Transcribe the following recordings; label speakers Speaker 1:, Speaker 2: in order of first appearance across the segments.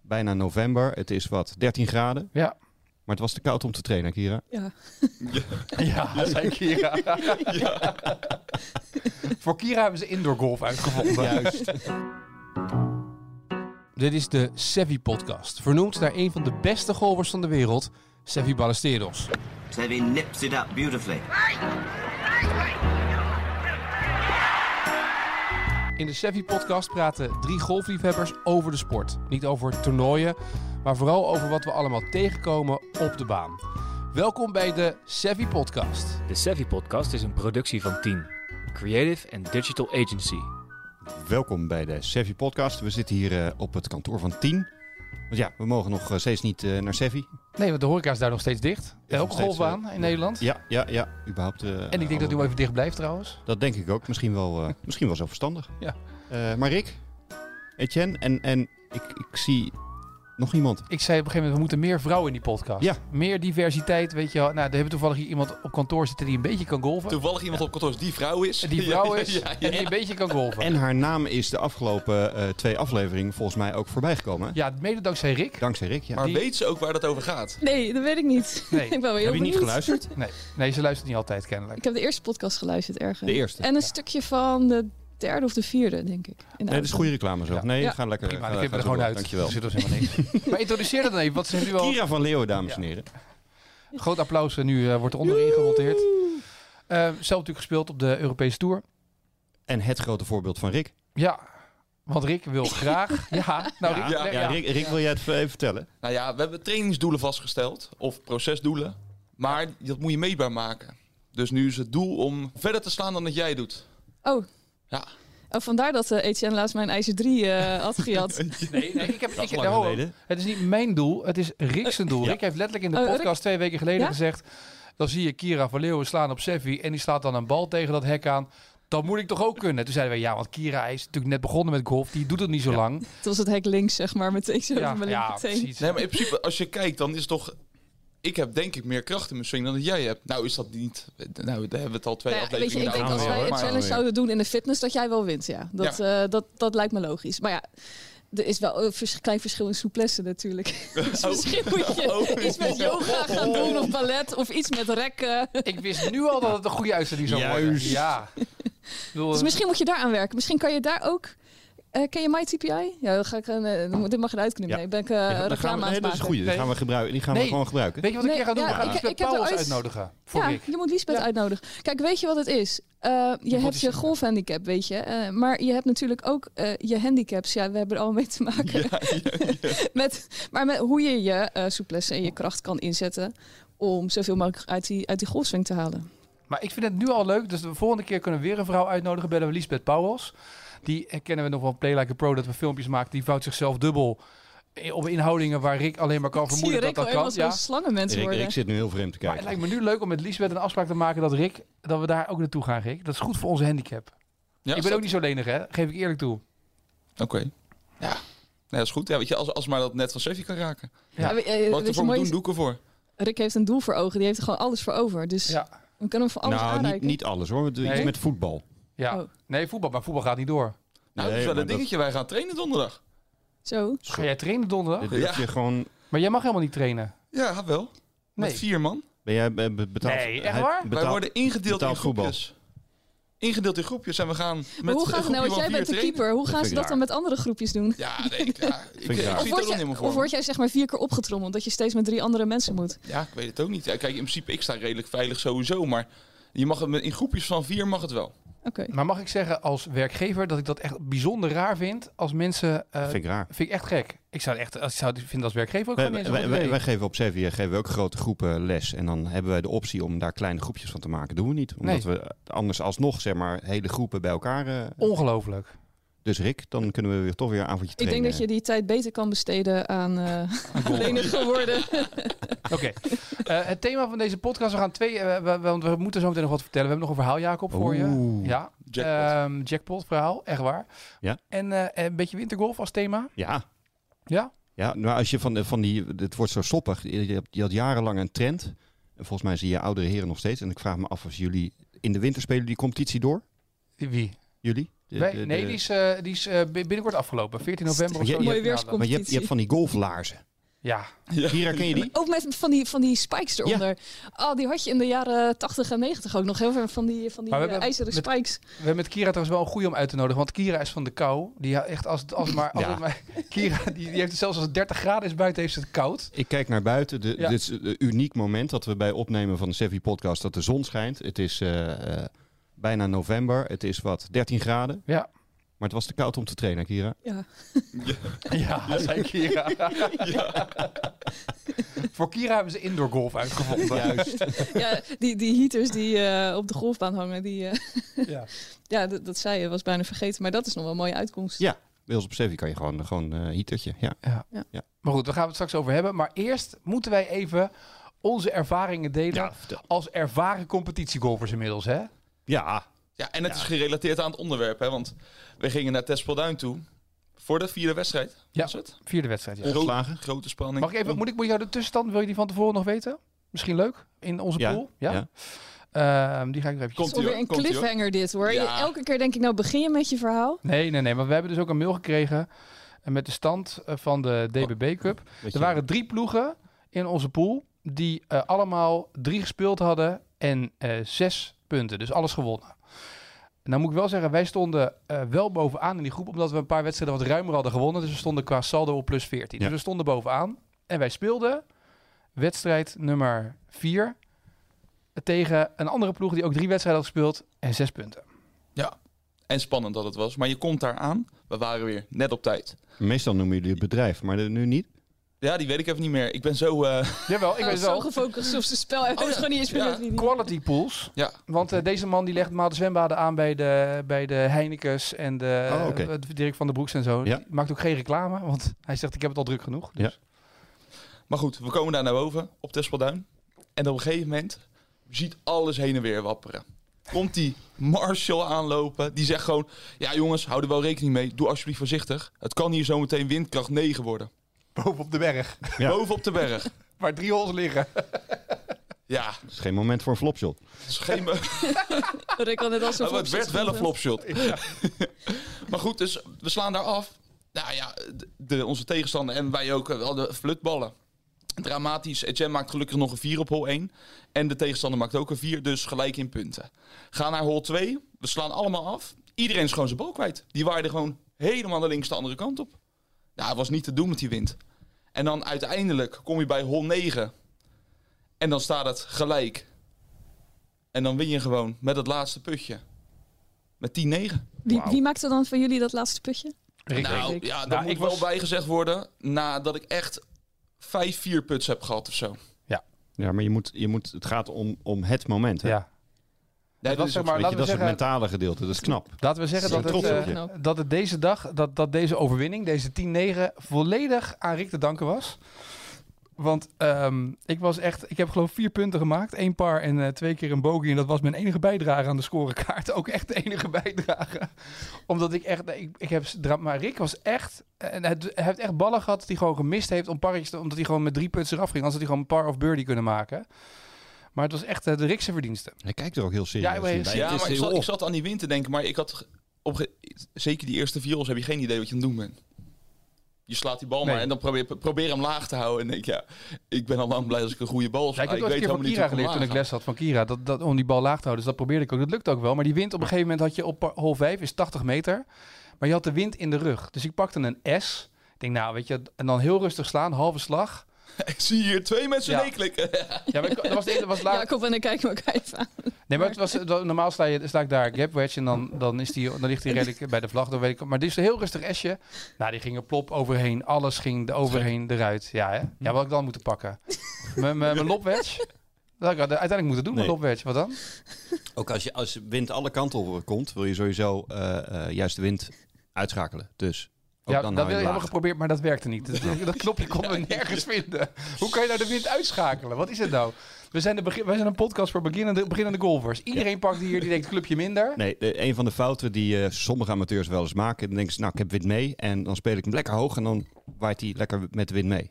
Speaker 1: bijna november. Het is wat, 13 graden.
Speaker 2: Ja.
Speaker 1: Maar het was te koud om te trainen, Kira.
Speaker 3: Ja.
Speaker 2: Ja, zei Kira. Voor Kira hebben ze indoor golf uitgevonden.
Speaker 1: Juist.
Speaker 4: Dit is de Sevi Podcast, vernoemd naar een van de beste golfers van de wereld, Sevi Ballesteros.
Speaker 5: Sevi nips it up beautifully.
Speaker 4: In de Sevi Podcast praten drie golfliefhebbers over de sport. Niet over toernooien, maar vooral over wat we allemaal tegenkomen op de baan. Welkom bij de Sevi Podcast.
Speaker 6: De Savvy Podcast is een productie van Team, Creative and Digital Agency.
Speaker 1: Welkom bij de Sevi Podcast. We zitten hier eh, op het kantoor van 10. Want ja, we mogen nog eh, steeds niet eh, naar Sevi.
Speaker 2: Nee, want de horeca is daar nog steeds eh, dicht.
Speaker 1: nog
Speaker 2: Elke
Speaker 1: steeds,
Speaker 2: golfbaan in Nederland.
Speaker 1: Ja, ja, ja. Überhaupt, eh,
Speaker 2: En ik denk dat
Speaker 1: alle-
Speaker 2: die wel even dicht blijft trouwens.
Speaker 1: Dat denk ik ook. Misschien wel, eh, misschien wel zo verstandig.
Speaker 2: Ja.
Speaker 1: Eh, maar Rick, Etienne en, en ik, ik zie nog iemand.
Speaker 2: Ik zei op een gegeven moment, we moeten meer vrouwen in die podcast.
Speaker 1: Ja.
Speaker 2: Meer diversiteit, weet je wel. Nou, er hebben toevallig hier iemand op kantoor zitten die een beetje kan golven.
Speaker 7: Toevallig iemand op kantoor is die vrouw is.
Speaker 2: Die vrouw is
Speaker 7: Ja, ja, ja.
Speaker 2: en die een beetje kan golven.
Speaker 1: En haar naam is de afgelopen eh, twee afleveringen volgens mij ook voorbij gekomen. hè?
Speaker 2: Ja, mede dankzij Rick.
Speaker 1: Dankzij Rick, ja.
Speaker 7: Maar
Speaker 2: Die-
Speaker 7: weet ze ook waar dat over gaat?
Speaker 3: Nee, dat weet ik niet.
Speaker 2: Nee.
Speaker 3: ik ben wel heel
Speaker 1: Heb je niet
Speaker 3: benieuwd.
Speaker 1: geluisterd?
Speaker 2: Nee, nee, ze luistert niet altijd kennelijk.
Speaker 3: Ik heb de eerste podcast geluisterd ergens.
Speaker 1: De eerste.
Speaker 3: En een stukje van de derde of de vierde, denk ik. In de
Speaker 1: Nee, dat is goede reclame zo.
Speaker 2: Ja.
Speaker 1: Nee,
Speaker 3: Ja.
Speaker 1: ga lekker.
Speaker 2: Prima,
Speaker 1: ga-
Speaker 2: dan
Speaker 1: ga
Speaker 2: knippen we
Speaker 1: zo
Speaker 2: er gewoon
Speaker 1: door.
Speaker 2: uit.
Speaker 1: Dankjewel.
Speaker 2: Er zit ons helemaal niks. maar introduceer dat dan even, want ze hebben nu al
Speaker 1: Kira van Leeuwen, dames en heren.
Speaker 2: Groot applaus eh, nu eh, wordt eronder ingemonteerd. Eh, zelf natuurlijk gespeeld op de Europese Tour.
Speaker 1: En het grote voorbeeld van Rick.
Speaker 2: Ja, want Rick wil graag. Ja, nou Rick,
Speaker 7: Ja,
Speaker 2: leg-
Speaker 1: Ja,
Speaker 2: ja.
Speaker 1: Rick, Rick, wil jij het even vertellen?
Speaker 7: Nou ja, we hebben trainingsdoelen vastgesteld. Of procesdoelen. Maar dat moet je meetbaar maken. Dus nu is het doel om verder te slaan dan dat jij doet.
Speaker 3: Oh.
Speaker 7: Ja.
Speaker 3: Oh, vandaar dat eh Etienne laatst mijn ijzer 3 eh, had gejat.
Speaker 2: Nee, nee, ik heb, ik,
Speaker 1: lang
Speaker 2: nou,
Speaker 1: geleden.
Speaker 2: het is niet mijn doel, het is Rick
Speaker 7: Eh,
Speaker 2: zijn doel. Rick heeft letterlijk in de
Speaker 3: Oh, Rick-
Speaker 2: podcast twee weken geleden
Speaker 3: Ja?
Speaker 2: gezegd... dan zie je Kira van Leeuwen slaan op Seffi en die slaat dan een bal tegen dat hek aan. Dat moet ik toch ook kunnen? Toen zeiden we, ja, want Kira hij is natuurlijk net begonnen met golf. Die doet het niet zo lang.
Speaker 3: Het was het hek links, zeg maar, meteen zo over mijn linkerteen.
Speaker 7: Nee, maar in principe, als je kijkt, dan is het toch... Ik heb denk ik meer kracht in mijn swing dan dat jij hebt. Nou is dat niet... Nou, daar hebben we het al twee
Speaker 3: Nou ja, weet je,
Speaker 7: afleveringen
Speaker 3: ik denk
Speaker 1: aan
Speaker 3: als
Speaker 1: weer,
Speaker 3: wij
Speaker 1: hoor.
Speaker 3: een
Speaker 1: Maar- eh,
Speaker 3: challenge zouden doen in de fitness, dat jij wel wint. Ja, dat, eh, dat, dat lijkt me logisch. Maar ja, er is wel een vers- klein verschil in souplesse natuurlijk. dus
Speaker 1: Oh.
Speaker 3: misschien moet je iets met yoga gaan doen of ballet of iets met rekken.
Speaker 2: Ik wist nu al dat het een goede uitzending zou worden.
Speaker 1: Juist.
Speaker 2: Ja. Ik bedoel,
Speaker 3: Dus misschien moet je daar aan werken. Misschien kan je daar ook... eh, ken je My TPI? Ja, dan ga ik, een, eh, dit mag je eruit kunnen.
Speaker 1: Ja.
Speaker 3: Nee, ben ik eh,
Speaker 1: Ja, dan gaan
Speaker 3: reclame
Speaker 1: we,
Speaker 3: aan
Speaker 1: nee,
Speaker 3: het
Speaker 1: dat is
Speaker 3: maken.
Speaker 1: goed. Die
Speaker 2: Nee.
Speaker 1: gaan we, gebruiken, die gaan we
Speaker 2: Nee.
Speaker 1: gewoon gebruiken.
Speaker 2: Weet je wat ik
Speaker 3: Nee,
Speaker 2: hier ga doen?
Speaker 3: ja,
Speaker 2: we gaan
Speaker 3: ik-
Speaker 2: Lisbeth
Speaker 3: ik heb er
Speaker 2: Pauwels
Speaker 3: ooit-
Speaker 2: uitnodigen voor
Speaker 3: ja,
Speaker 2: Rick.
Speaker 3: je moet Lisbeth
Speaker 2: Ja.
Speaker 3: uitnodigen. Kijk, weet je wat het is? Eh, je
Speaker 2: wat
Speaker 3: hebt
Speaker 2: is
Speaker 3: je
Speaker 2: het?
Speaker 3: golfhandicap, weet je. eh, maar je hebt natuurlijk ook eh, je handicaps. Ja, we hebben er al mee te maken. met, maar met hoe je je eh souplesse en je kracht kan inzetten... om zoveel mogelijk uit die, uit die golfswing te halen.
Speaker 2: Maar ik vind het nu al leuk. Dus de volgende keer kunnen we weer een vrouw uitnodigen. Bellen we Lisbeth Pauwels. Die eh, kennen we nog van Play Like a Pro. Dat we filmpjes maken. Die vouwt zichzelf dubbel. eh, Op inhoudingen waar Rick alleen maar kan
Speaker 3: Zie je
Speaker 2: vermoeden dat
Speaker 3: Rick al
Speaker 2: dat
Speaker 3: helemaal
Speaker 2: kan.
Speaker 3: zo'n
Speaker 2: Ja.
Speaker 3: slangenmens
Speaker 1: Rick,
Speaker 3: worden.
Speaker 1: Rick zit nu heel vreemd te
Speaker 2: Maar het
Speaker 1: kijken.
Speaker 2: lijkt me nu leuk om met Lisbeth een afspraak te maken dat Rick, dat we daar ook naartoe gaan, Rick. Dat is goed voor onze handicap. ik ben ook niet zo lenig, hè? Geef ik eerlijk toe.
Speaker 7: Oké. Ja. Nee, dat is goed. Ja, weet je, als, als maar dat net van Sevi kan raken.
Speaker 2: Ja.
Speaker 3: Ja, eh,
Speaker 7: Wat ik
Speaker 3: weet je,
Speaker 7: ervoor moet
Speaker 3: mooi
Speaker 7: doen,
Speaker 3: is,
Speaker 7: doe ik ervoor. Nou,
Speaker 3: Rick heeft een doel voor ogen. Die heeft er gewoon alles voor over. Dus
Speaker 2: Ja.
Speaker 3: we kunnen hem voor alles
Speaker 1: nou, niet,
Speaker 3: aanreiken.
Speaker 1: niet alles hoor. Iets
Speaker 2: Nee?
Speaker 1: met voetbal.
Speaker 2: ja.
Speaker 3: Oh.
Speaker 2: Nee, voetbal. Maar voetbal gaat niet door.
Speaker 7: Nou, dat
Speaker 1: Nee,
Speaker 7: is wel
Speaker 1: maar
Speaker 7: een dingetje. Wij gaan trainen donderdag.
Speaker 3: Zo.
Speaker 2: Ga jij trainen donderdag?
Speaker 1: Dit durf
Speaker 7: Ja.
Speaker 1: je gewoon...
Speaker 2: Maar jij mag helemaal niet trainen.
Speaker 7: Ja, wel. Met
Speaker 2: Nee.
Speaker 7: vier man.
Speaker 1: Ben jij eh, be- betaald?
Speaker 2: Nee, echt
Speaker 1: hij-
Speaker 2: waar?
Speaker 1: betaald-
Speaker 7: Wij worden ingedeeld in
Speaker 1: betaald voetbal.
Speaker 7: groepjes. Ingedeeld in groepjes en we gaan
Speaker 3: Maar
Speaker 7: met
Speaker 3: hoe gaat
Speaker 7: een
Speaker 3: het nou?
Speaker 7: groepje
Speaker 3: Want jij
Speaker 7: van
Speaker 3: bent de
Speaker 7: vier
Speaker 3: keeper. Hoe gaan
Speaker 1: vind
Speaker 3: ze
Speaker 1: ik
Speaker 3: dat dan
Speaker 1: raar.
Speaker 3: met andere groepjes doen?
Speaker 7: trainen. Ja, nee, ik- ja, ik, ik,
Speaker 1: ik raar.
Speaker 7: zie
Speaker 3: Of
Speaker 7: het
Speaker 3: word,
Speaker 7: ook
Speaker 3: jij,
Speaker 7: helemaal voor.
Speaker 3: of word jij zeg maar vier keer opgetrommeld dat je steeds met drie andere mensen moet?
Speaker 7: me. Ja, ik weet het ook niet. Ja, kijk, in principe, ik sta redelijk veilig sowieso, maar je mag het met, in groepjes van vier mag het wel.
Speaker 3: Oké.
Speaker 2: Maar mag ik zeggen als werkgever dat ik dat echt bijzonder raar vind als mensen. eh,
Speaker 1: Vind ik raar.
Speaker 2: vind ik echt gek. Ik zou het echt, als ik zou het vinden als werkgever ook
Speaker 1: Wij,
Speaker 2: gewoon niet eens
Speaker 1: wij,
Speaker 2: een goed
Speaker 1: wij-
Speaker 2: idee.
Speaker 1: wij geven op Sevier geven we ook grote groepen les. En dan hebben wij de optie om daar kleine groepjes van te maken. doen we niet. Omdat we anders alsnog zeg maar, hele groepen bij elkaar... eh,
Speaker 2: Ongelooflijk.
Speaker 1: dus Rick, dan kunnen we weer toch weer een avondje
Speaker 3: Ik
Speaker 1: trainen.
Speaker 3: denk dat je die tijd beter kan besteden aan eh lenig geworden.
Speaker 2: Oké. Eh, het thema van deze podcast, we gaan twee, eh, we, we- want we moeten zo meteen nog wat vertellen. We hebben nog een verhaal, Jacob, voor je.
Speaker 1: Oeh.
Speaker 2: Ja.
Speaker 3: Eh,
Speaker 7: Jackpot.
Speaker 2: Ehm, jackpot verhaal, echt waar.
Speaker 1: Ja.
Speaker 2: En eh, een beetje wintergolf als thema.
Speaker 1: Ja,
Speaker 2: Ja.
Speaker 1: Ja, nou als je van, de- van die, het wordt zo soppig. Je, hebt- je had jarenlang een trend. En volgens mij zie je oudere heren nog steeds. En ik vraag me af of jullie in de winter spelen die competitie door?
Speaker 2: Wie?
Speaker 1: Jullie? De-
Speaker 2: nee,
Speaker 1: de- de-
Speaker 2: nee, die is, eh, die is eh, bi- binnenkort afgelopen. 14 november of
Speaker 1: Je-
Speaker 2: zo.
Speaker 1: je
Speaker 2: die
Speaker 3: hebt-
Speaker 2: finale.
Speaker 3: weerskom.
Speaker 1: Maar je hebt, je hebt van die golflaarzen.
Speaker 2: Ja,
Speaker 1: Hier herken je die?
Speaker 3: Ook met van die, van die spikes eronder. Oh, die had je in de jaren 80 en 90 ook nog heel veel van die, van die
Speaker 2: Maar we
Speaker 3: eh,
Speaker 2: hebben
Speaker 3: ijzeren
Speaker 2: met-
Speaker 3: spikes.
Speaker 2: we hebben met Kira trouwens wel een goeie om uit te nodigen. Want Kira is van de kou. Die ha- echt als, het- als het maar... Als
Speaker 1: Ja.
Speaker 2: het maar Kira, die, die heeft het zelfs als het 30 graden is buiten, heeft ze het koud.
Speaker 1: Ik kijk naar buiten. De-
Speaker 2: Ja.
Speaker 1: Dit is een uniek moment dat we bij opnemen van de Sevi podcast dat de zon schijnt. Het is eh, eh, bijna november. Het is wat 13 graden.
Speaker 2: Ja.
Speaker 1: Maar het was te koud om te trainen, Kira.
Speaker 3: Ja.
Speaker 2: Ja, zei Kira. Voor Kira hebben ze indoor golf uitgevonden.
Speaker 1: Juist.
Speaker 3: ja, die, die heaters die eh, op de golfbaan hangen, die, eh,
Speaker 2: Ja.
Speaker 3: ja, dat, dat zei je, was bijna vergeten. Maar dat is nog wel een mooie uitkomst.
Speaker 1: Ja. Bij ons op Sevi kan je gewoon gewoon eh heatertje. Ja.
Speaker 2: Maar goed, daar gaan we het straks over hebben. Maar eerst moeten wij even onze ervaringen delen als ervaren competitiegolfers inmiddels. Hè?
Speaker 1: Ja.
Speaker 7: Ja, en het is gerelateerd aan het onderwerp, hè, want we gingen naar Tespelduin toe voor de vierde wedstrijd.
Speaker 2: Ja.
Speaker 7: Was het?
Speaker 2: Vierde wedstrijd. Ja.
Speaker 7: Groot-
Speaker 1: Ongeslagen.
Speaker 7: grote spanning.
Speaker 2: Mag ik even,
Speaker 7: Om-
Speaker 2: moet ik, moet ik jou de tussenstand, wil je die van tevoren nog weten? Misschien leuk, in onze
Speaker 1: Ja,
Speaker 2: pool. Ja.
Speaker 1: ja.
Speaker 2: Ehm, die ga ik er even...
Speaker 3: Het
Speaker 7: Komt
Speaker 3: is
Speaker 7: ie
Speaker 3: alweer
Speaker 7: hoor,
Speaker 3: een
Speaker 7: komt ie hoor.
Speaker 3: cliffhanger dit hoor. Je-
Speaker 7: Ja.
Speaker 3: Elke keer denk ik, nou begin je met je verhaal.
Speaker 2: Nee, nee, nee. Maar we hebben dus ook een mail gekregen eh, met de stand eh, van de DBB Cup. Er waren drie ploegen in onze pool die eh, allemaal drie gespeeld hadden en eh, zes punten. Dus alles gewonnen. Nou moet ik wel zeggen, wij stonden eh, wel bovenaan in die groep, omdat we een paar wedstrijden wat ruimer hadden gewonnen. Dus we stonden qua saldo op plus 14.
Speaker 1: Ja.
Speaker 2: Dus we stonden bovenaan. En wij speelden wedstrijd nummer 4 tegen een andere ploeg die ook drie wedstrijden had gespeeld en zes punten.
Speaker 7: En spannend dat het was, maar je komt daar aan. We waren weer net op tijd.
Speaker 1: Meestal noemen jullie het bedrijf, maar de- nu niet.
Speaker 7: Ja, die weet ik even niet meer. Ik ben zo... eh,
Speaker 2: Jawel, ik
Speaker 3: Ik
Speaker 2: weet
Speaker 3: was
Speaker 2: wel.
Speaker 3: Oh, zo gefocust op zijn spel. Hij was gewoon niet eens
Speaker 7: Oh, Ja.
Speaker 3: meer met
Speaker 2: Quality pools.
Speaker 7: Ja.
Speaker 2: Want eh, deze man die legt normaal de zwembaden aan bij de, bij de Heinekens en de,
Speaker 1: Oh, oké.
Speaker 2: eh, Dirk van der Broeks en zo.
Speaker 1: Ja.
Speaker 2: Die maakt ook geen reclame, want hij zegt ik heb het al druk genoeg. Dus.
Speaker 7: Maar goed, we komen daar naar boven op Tespelduin. En op een gegeven moment ziet alles heen en weer wapperen. Komt die Marshall aanlopen. Die zegt gewoon, ja jongens, hou er wel rekening mee. Doe alsjeblieft voorzichtig. Het kan hier zometeen windkracht 9 worden.
Speaker 2: Boven op de berg,
Speaker 1: Ja.
Speaker 7: Boven op de berg.
Speaker 2: waar drie hols liggen.
Speaker 7: Ja,
Speaker 1: Het is geen moment voor een flopshot.
Speaker 7: het is geen...
Speaker 3: Rick Oh, had net al zo'n
Speaker 7: Maar Oh, het werd
Speaker 3: flopshot
Speaker 7: wel een
Speaker 3: gevonden.
Speaker 7: flopshot. maar goed, dus we slaan daar af. Nou ja, de, de- onze tegenstander en wij ook eh, hadden flutballen. Dramatisch. Etienne maakt gelukkig nog een 4 op hol 1. En de tegenstander maakt ook een 4, dus gelijk in punten. Ga naar hol 2. We slaan allemaal af. Iedereen is gewoon zijn bal kwijt. Die waaide gewoon helemaal naar links de andere kant op. Nou, het was niet te doen met die wind. En dan uiteindelijk kom je bij hol 9. En dan staat het gelijk. En dan win je gewoon met het laatste putje. Met 10-9.
Speaker 3: Wie, wie maakte dan van jullie dat laatste putje?
Speaker 7: Nou, ja, daar
Speaker 2: Nou,
Speaker 7: moet
Speaker 2: ik
Speaker 7: wel
Speaker 2: was-
Speaker 7: bij gezegd worden nadat ik echt vijf vier puts heb gehad of zo.
Speaker 1: Ja, maar je moet, je moet, het gaat om, om het moment. Hè?
Speaker 2: Ja.
Speaker 7: Nee,
Speaker 2: was
Speaker 7: dat is
Speaker 2: zeg
Speaker 7: ook
Speaker 2: maar-
Speaker 1: Weet
Speaker 7: zo.
Speaker 1: je,
Speaker 2: laten we
Speaker 1: dat is
Speaker 2: zeggen-
Speaker 1: het mentale gedeelte. Dat is knap.
Speaker 2: Laten we zeggen
Speaker 1: Ze
Speaker 2: dat
Speaker 1: zijn
Speaker 2: het,
Speaker 1: trots
Speaker 2: eh,
Speaker 3: op
Speaker 2: dat het deze dag, dat, dat deze overwinning, deze 10-9, volledig aan Rick te danken was. Want ehm, ik was echt, ik heb geloof vier punten gemaakt. één par en eh, twee keer een bogey. En dat was mijn enige bijdrage aan de scorekaart. Ook echt de enige bijdrage. Omdat ik echt, nee, ik, ik heb, dra- maar Rick was echt, en hij, hij heeft echt ballen gehad dat hij gewoon gemist heeft om parretjes, te- omdat hij gewoon met drie punten eraf ging. Anders had hij gewoon een par of birdie kunnen maken. Maar het was echt eh, de Rikse verdienste.
Speaker 1: Hij kijkt er ook heel serieus
Speaker 2: Ja, maar-
Speaker 1: in. bij.
Speaker 7: Ja,
Speaker 1: Het is
Speaker 7: maar ik
Speaker 1: heel
Speaker 7: zat, ik
Speaker 1: op.
Speaker 7: zat aan die wind te denken, maar ik had ge- op ge- zeker die eerste viols heb je geen idee wat je aan het doen bent. Je slaat die bal
Speaker 2: Nee.
Speaker 7: maar en dan probeer, probeer hem laag te houden. En denk ja, ik ben al lang blij als Ah, ik een goede bal
Speaker 2: Ja,
Speaker 7: sla.
Speaker 2: ik heb wel eens een keer van
Speaker 7: helemaal
Speaker 2: Kira
Speaker 7: hoe ik
Speaker 2: geleerd toen ik
Speaker 7: hem
Speaker 2: les had van Kira. Dat, dat, om die bal laag te houden. Dus dat probeerde ik ook. Dat lukte ook wel. Maar die wind op een gegeven moment had je op par- hol 5 is 80 meter. Maar je had de wind in de rug. Dus ik pakte een S. Ik denk, nou weet je, en dan heel rustig slaan, halve slag.
Speaker 7: laag haal. Zie je hier twee mensen
Speaker 2: Ja.
Speaker 7: nee klikken.
Speaker 2: Ja, maar ik- dat was, de- dat was
Speaker 7: Nou,
Speaker 2: laag.
Speaker 3: Jacob en ik kijken elkaar even aan.
Speaker 2: Nee, maar het was, het was- normaal sta, je, sta ik daar gap wedge en dan, dan, is die, dan ligt hij redelijk bij de vlag. Dan weet ik, maar dit is een heel rustig esje. Nou, die ging er plop overheen. Alles ging er overheen eruit. Ja, hè? ja wat had ik dan moeten pakken? Mijn- Mijn mijn lopwedge? Dat had ik uiteindelijk moeten doen, mijn
Speaker 1: Nee.
Speaker 2: lopwedge. Wat dan?
Speaker 1: Ook als, je, als de wind alle kanten op komt, wil je sowieso eh, eh, juist de wind uitschakelen. Dus ook
Speaker 2: ja,
Speaker 1: dan hou
Speaker 2: dat
Speaker 1: je
Speaker 2: hebben
Speaker 1: hem
Speaker 2: we
Speaker 1: laag.
Speaker 2: geprobeerd, maar dat werkte niet. Dat, dat knopje konden we nergens vinden. Hoe kan je nou de wind uitschakelen? Wat is het nou? We zijn, de begin, wij zijn een podcast voor beginnende, beginnende golfers. Iedereen pakt hier, die denkt clubje minder.
Speaker 1: Nee, de- een van de fouten die eh, sommige amateurs wel eens maken, dan denken ze, nou ik heb wind mee en dan speel ik hem lekker hoog en dan waait hij lekker met de wind mee.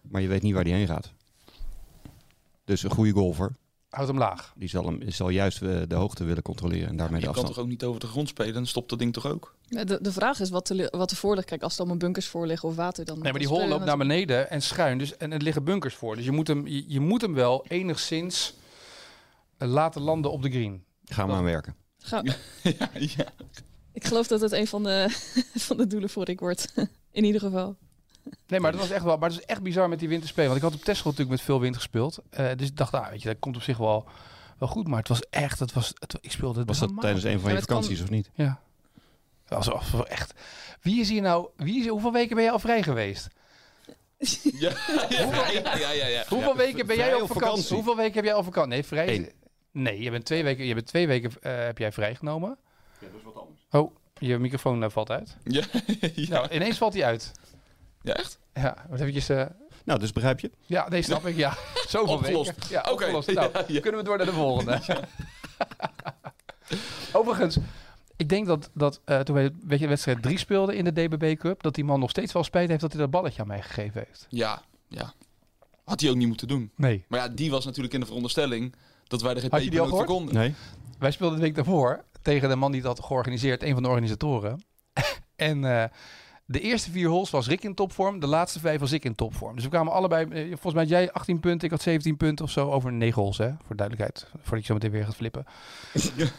Speaker 1: Maar je weet niet waar die heen gaat. Dus een goede golfer
Speaker 2: Houd hem laag.
Speaker 1: Die zal, hem, zal juist eh, de hoogte willen controleren en daarmee de
Speaker 7: Je kan
Speaker 1: afstand.
Speaker 7: toch ook niet over de grond spelen, dan stopt dat ding toch ook?
Speaker 3: Ja, De, de vraag is wat, te, li- wat er voor ligt. Kijk, als er allemaal bunkers voor liggen of water, dan...
Speaker 2: Nee, maar die
Speaker 3: dan
Speaker 2: hol
Speaker 3: spelen
Speaker 2: loopt
Speaker 3: we
Speaker 2: naar beneden en schuin. Dus, en er liggen bunkers voor. Dus je moet hem, je, je moet hem wel enigszins eh, laten landen op de green.
Speaker 1: Gaan we aan werken.
Speaker 3: natuurlijk- Ga-
Speaker 7: ja, ja.
Speaker 3: Ik geloof dat het een van de, van de doelen voor ik wordt. In ieder geval.
Speaker 2: Nee, maar dat was echt wel. Maar het is echt bizar met die winterspelen. Want ik had op Tesla natuurlijk met veel wind gespeeld. Eh, dus ik dacht, nou, weet je, dat komt op zich wel, wel goed. Maar het was echt, het was, het, ik speelde het
Speaker 1: Was dat
Speaker 2: dramatisch.
Speaker 1: tijdens een van
Speaker 3: Ja,
Speaker 1: je
Speaker 3: dat kan-
Speaker 1: vakanties of niet?
Speaker 2: Ja. Dat was wel- wel echt. Wie is hier nou? Wie is, hoeveel weken ben jij al vrij geweest?
Speaker 7: Ja, ja, ja, ja, ja, ja.
Speaker 2: Hoeveel weken ben jij
Speaker 1: vrij
Speaker 2: op
Speaker 1: of
Speaker 2: vakantie?
Speaker 1: vakantie?
Speaker 2: Hoeveel weken heb jij op vakantie? Nee, vrij.
Speaker 1: Eén.
Speaker 2: Nee, je bent twee weken, je bent twee weken eh, heb jij vrijgenomen. Ja, dat is wat anders. Oh, je microfoon eh, valt uit.
Speaker 7: Ja, ja.
Speaker 2: Nou, ineens valt hij uit.
Speaker 7: Ja, echt?
Speaker 2: Ja, wat eventjes. eh
Speaker 1: Nou, dus begrijp je.
Speaker 2: ja, nee, snap ik. Ja, zoveel
Speaker 7: Opgelost.
Speaker 2: weken. Ja,
Speaker 7: Oké,
Speaker 2: opgelost. Nou,
Speaker 7: ja, ja.
Speaker 2: kunnen we door naar de volgende. Overigens, ik denk dat, dat eh, toen wij weet je, wedstrijd 3 speelden in de DBB Cup, dat die man nog steeds wel spijt heeft dat hij dat balletje aan mij gegeven heeft.
Speaker 7: Ja, ja. Had hij ook niet moeten doen.
Speaker 2: Nee.
Speaker 7: Maar ja, die was natuurlijk in de veronderstelling dat wij er geen
Speaker 2: Had je die al
Speaker 7: pepernoot voor konden.
Speaker 1: Nee.
Speaker 2: Wij speelden de week daarvoor tegen de man die dat had georganiseerd, een van de organisatoren. en eh, de eerste vier holes was Rick in topvorm, de laatste vijf was ik in topvorm. Dus we kwamen allebei, eh, volgens mij had jij 18 punten, ik had 17 punten of zo over negen holes, hè, voor duidelijkheid, voordat je zo meteen weer gaat flippen.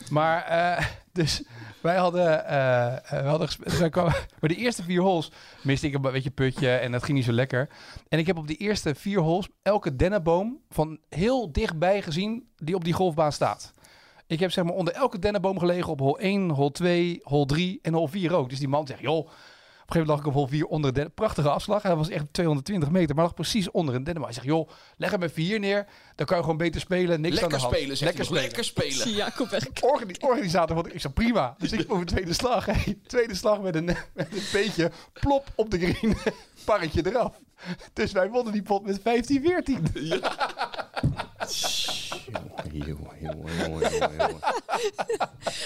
Speaker 2: maar eh, dus wij hadden, eh, eh, we hadden gespe- dus wij kwamen, maar de eerste vier holes miste ik een beetje putje en dat ging niet zo lekker. En ik heb op die eerste vier holes elke dennenboom van heel dichtbij gezien die op die golfbaan staat. Ik heb zeg maar onder elke dennenboom gelegen op hol 1, hol 2, hol 3 en hol 4 ook. Dus die man zegt, joh, op een gegeven moment lag ik op hol 4 onder de dennen. Prachtige afslag. Hij was echt 220 meter, maar lag precies onder een dennenboom. Hij zegt, joh, leg hem even hier neer. Dan kan je gewoon beter spelen. Niks aan
Speaker 7: Lekker
Speaker 2: de hand.
Speaker 7: spelen, zegt hij nog. Lekker
Speaker 3: Ik
Speaker 7: spelen.
Speaker 3: zie Jacob echt
Speaker 2: Organi- organisator vond ik, ik zei prima. Dus ik over tweede slag. Hey, tweede slag met een, met een beetje plop op de green. Parretje eraf. Dus wij wonnen die pot met 15-14.
Speaker 1: Jongen, jongen, jongen, jongen, jongen.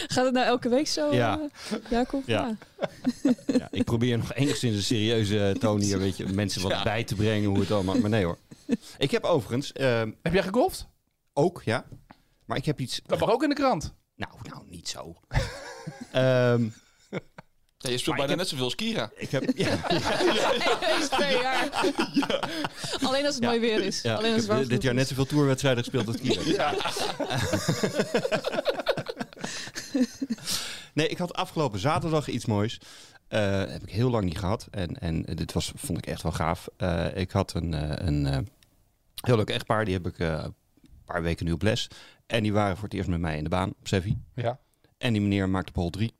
Speaker 3: Gaat het nou elke week zo,
Speaker 1: Ja.
Speaker 3: eh, Jacob?
Speaker 1: Ja.
Speaker 3: Ja.
Speaker 1: Ja, ik probeer nog enigszins een serieuze eh, toon hier, weet je, mensen wat
Speaker 7: Ja.
Speaker 1: bij te brengen hoe het allemaal. Maar nee hoor. Ik heb overigens ehm,
Speaker 2: Heb jij gegolfd?
Speaker 1: ook, ja, maar ik heb iets.
Speaker 2: Dat mag ook in de krant.
Speaker 1: Nou, nou, niet zo. Ehm,
Speaker 7: Ja, je speelt
Speaker 1: Maar
Speaker 7: bijna
Speaker 1: ik heb-
Speaker 7: net zoveel als Kira.
Speaker 1: ik heb. Ja,
Speaker 3: Eens per jaar. Alleen als het
Speaker 1: Ja.
Speaker 3: mooi weer is.
Speaker 1: ja,
Speaker 3: Alleen
Speaker 1: ik
Speaker 3: als
Speaker 1: heb
Speaker 3: het warm
Speaker 1: eh, dit jaar net zoveel toerwedstrijden gespeeld als Kira. Nee, ik had afgelopen zaterdag iets moois. Eh, heb ik heel lang niet gehad. En, en dit was, vond ik echt wel gaaf. Eh, ik had een, eh, een eh, heel leuk echtpaar. Die heb ik eh, een paar weken nu op les. En die waren voor het eerst met mij in de baan op Sevi.
Speaker 2: Ja.
Speaker 1: En die meneer maakte op hol 3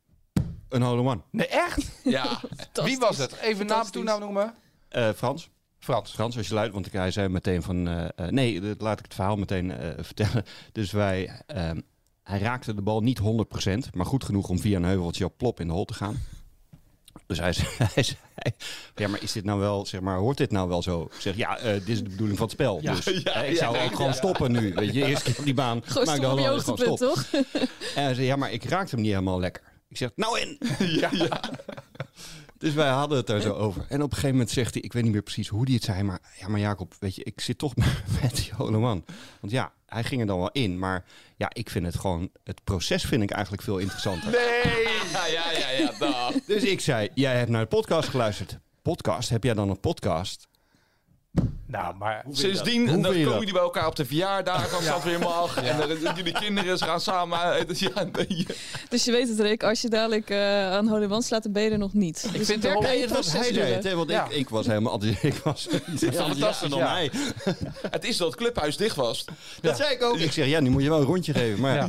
Speaker 1: een hole in one.
Speaker 2: Nee, echt?
Speaker 7: Ja,
Speaker 2: Wie was het? Even naam,
Speaker 3: Fantastisch.
Speaker 2: toenaam noemen.
Speaker 1: Eh, Frans,
Speaker 2: Frans.
Speaker 1: Frans, als je luidt, want ik- hij zei meteen van... eh, eh, nee, dat laat ik het verhaal meteen eh, vertellen. Dus wij... ehm, hij raakte de bal niet 100%, maar goed genoeg om via een heuveltje op plop in de hol te gaan. Dus hij zei, hij zei, ja, maar is dit nou wel, zeg maar, hoort dit nou wel zo? Ik zeg, ja, eh, dit is de bedoeling van het spel. dus eh, ik zou ook gewoon stoppen nu. Weet je, eerst keer op die baan,
Speaker 3: Gewoon
Speaker 1: maak
Speaker 3: stop
Speaker 1: de
Speaker 3: op
Speaker 1: hole
Speaker 3: je
Speaker 1: en gewoon
Speaker 3: hoogtepunt,
Speaker 1: stop.
Speaker 3: toch?
Speaker 1: En hij zei, ja, maar ik raakte hem niet helemaal lekker. Ik zeg, nou in! Dus wij hadden het daar zo over. En op een gegeven moment zegt hij, ik weet niet meer precies hoe hij het zei, maar ja, maar Jacob, weet je, ik zit toch met die Holeman. Want ja, hij ging er dan wel in, maar ja, ik vind het gewoon, het proces vind ik eigenlijk veel interessanter.
Speaker 7: ja, ja, ja, ja. dag.
Speaker 1: Dus ik zei, jij hebt naar de podcast geluisterd. Podcast? Heb jij dan een podcast?
Speaker 2: Nou, maar...
Speaker 7: Sindsdien
Speaker 1: Hoe vind
Speaker 7: dan
Speaker 1: je
Speaker 7: komen
Speaker 1: dat?
Speaker 7: jullie bij elkaar op de verjaardag als dat weer mag. En dan- jullie kinderen ze gaan samen uit. Ja, nee.
Speaker 3: Dus je weet het, Rick. Als je dadelijk eh, aan Holeman slaat, dan ben je er nog niet. Ik
Speaker 2: vind
Speaker 3: werk
Speaker 2: hem-
Speaker 3: aan je
Speaker 1: het was hij
Speaker 3: proces
Speaker 1: zei
Speaker 3: willen.
Speaker 1: het, hè, want
Speaker 2: Ja.
Speaker 1: ik, ik was helemaal, ik was
Speaker 2: fantastisch,
Speaker 1: dan
Speaker 2: ja.
Speaker 1: hij.
Speaker 7: Het is dat het clubhuis dicht was.
Speaker 1: Dat zei ik ook. Ik zeg, ja, nu moet je wel een rondje geven, maar
Speaker 2: Ja.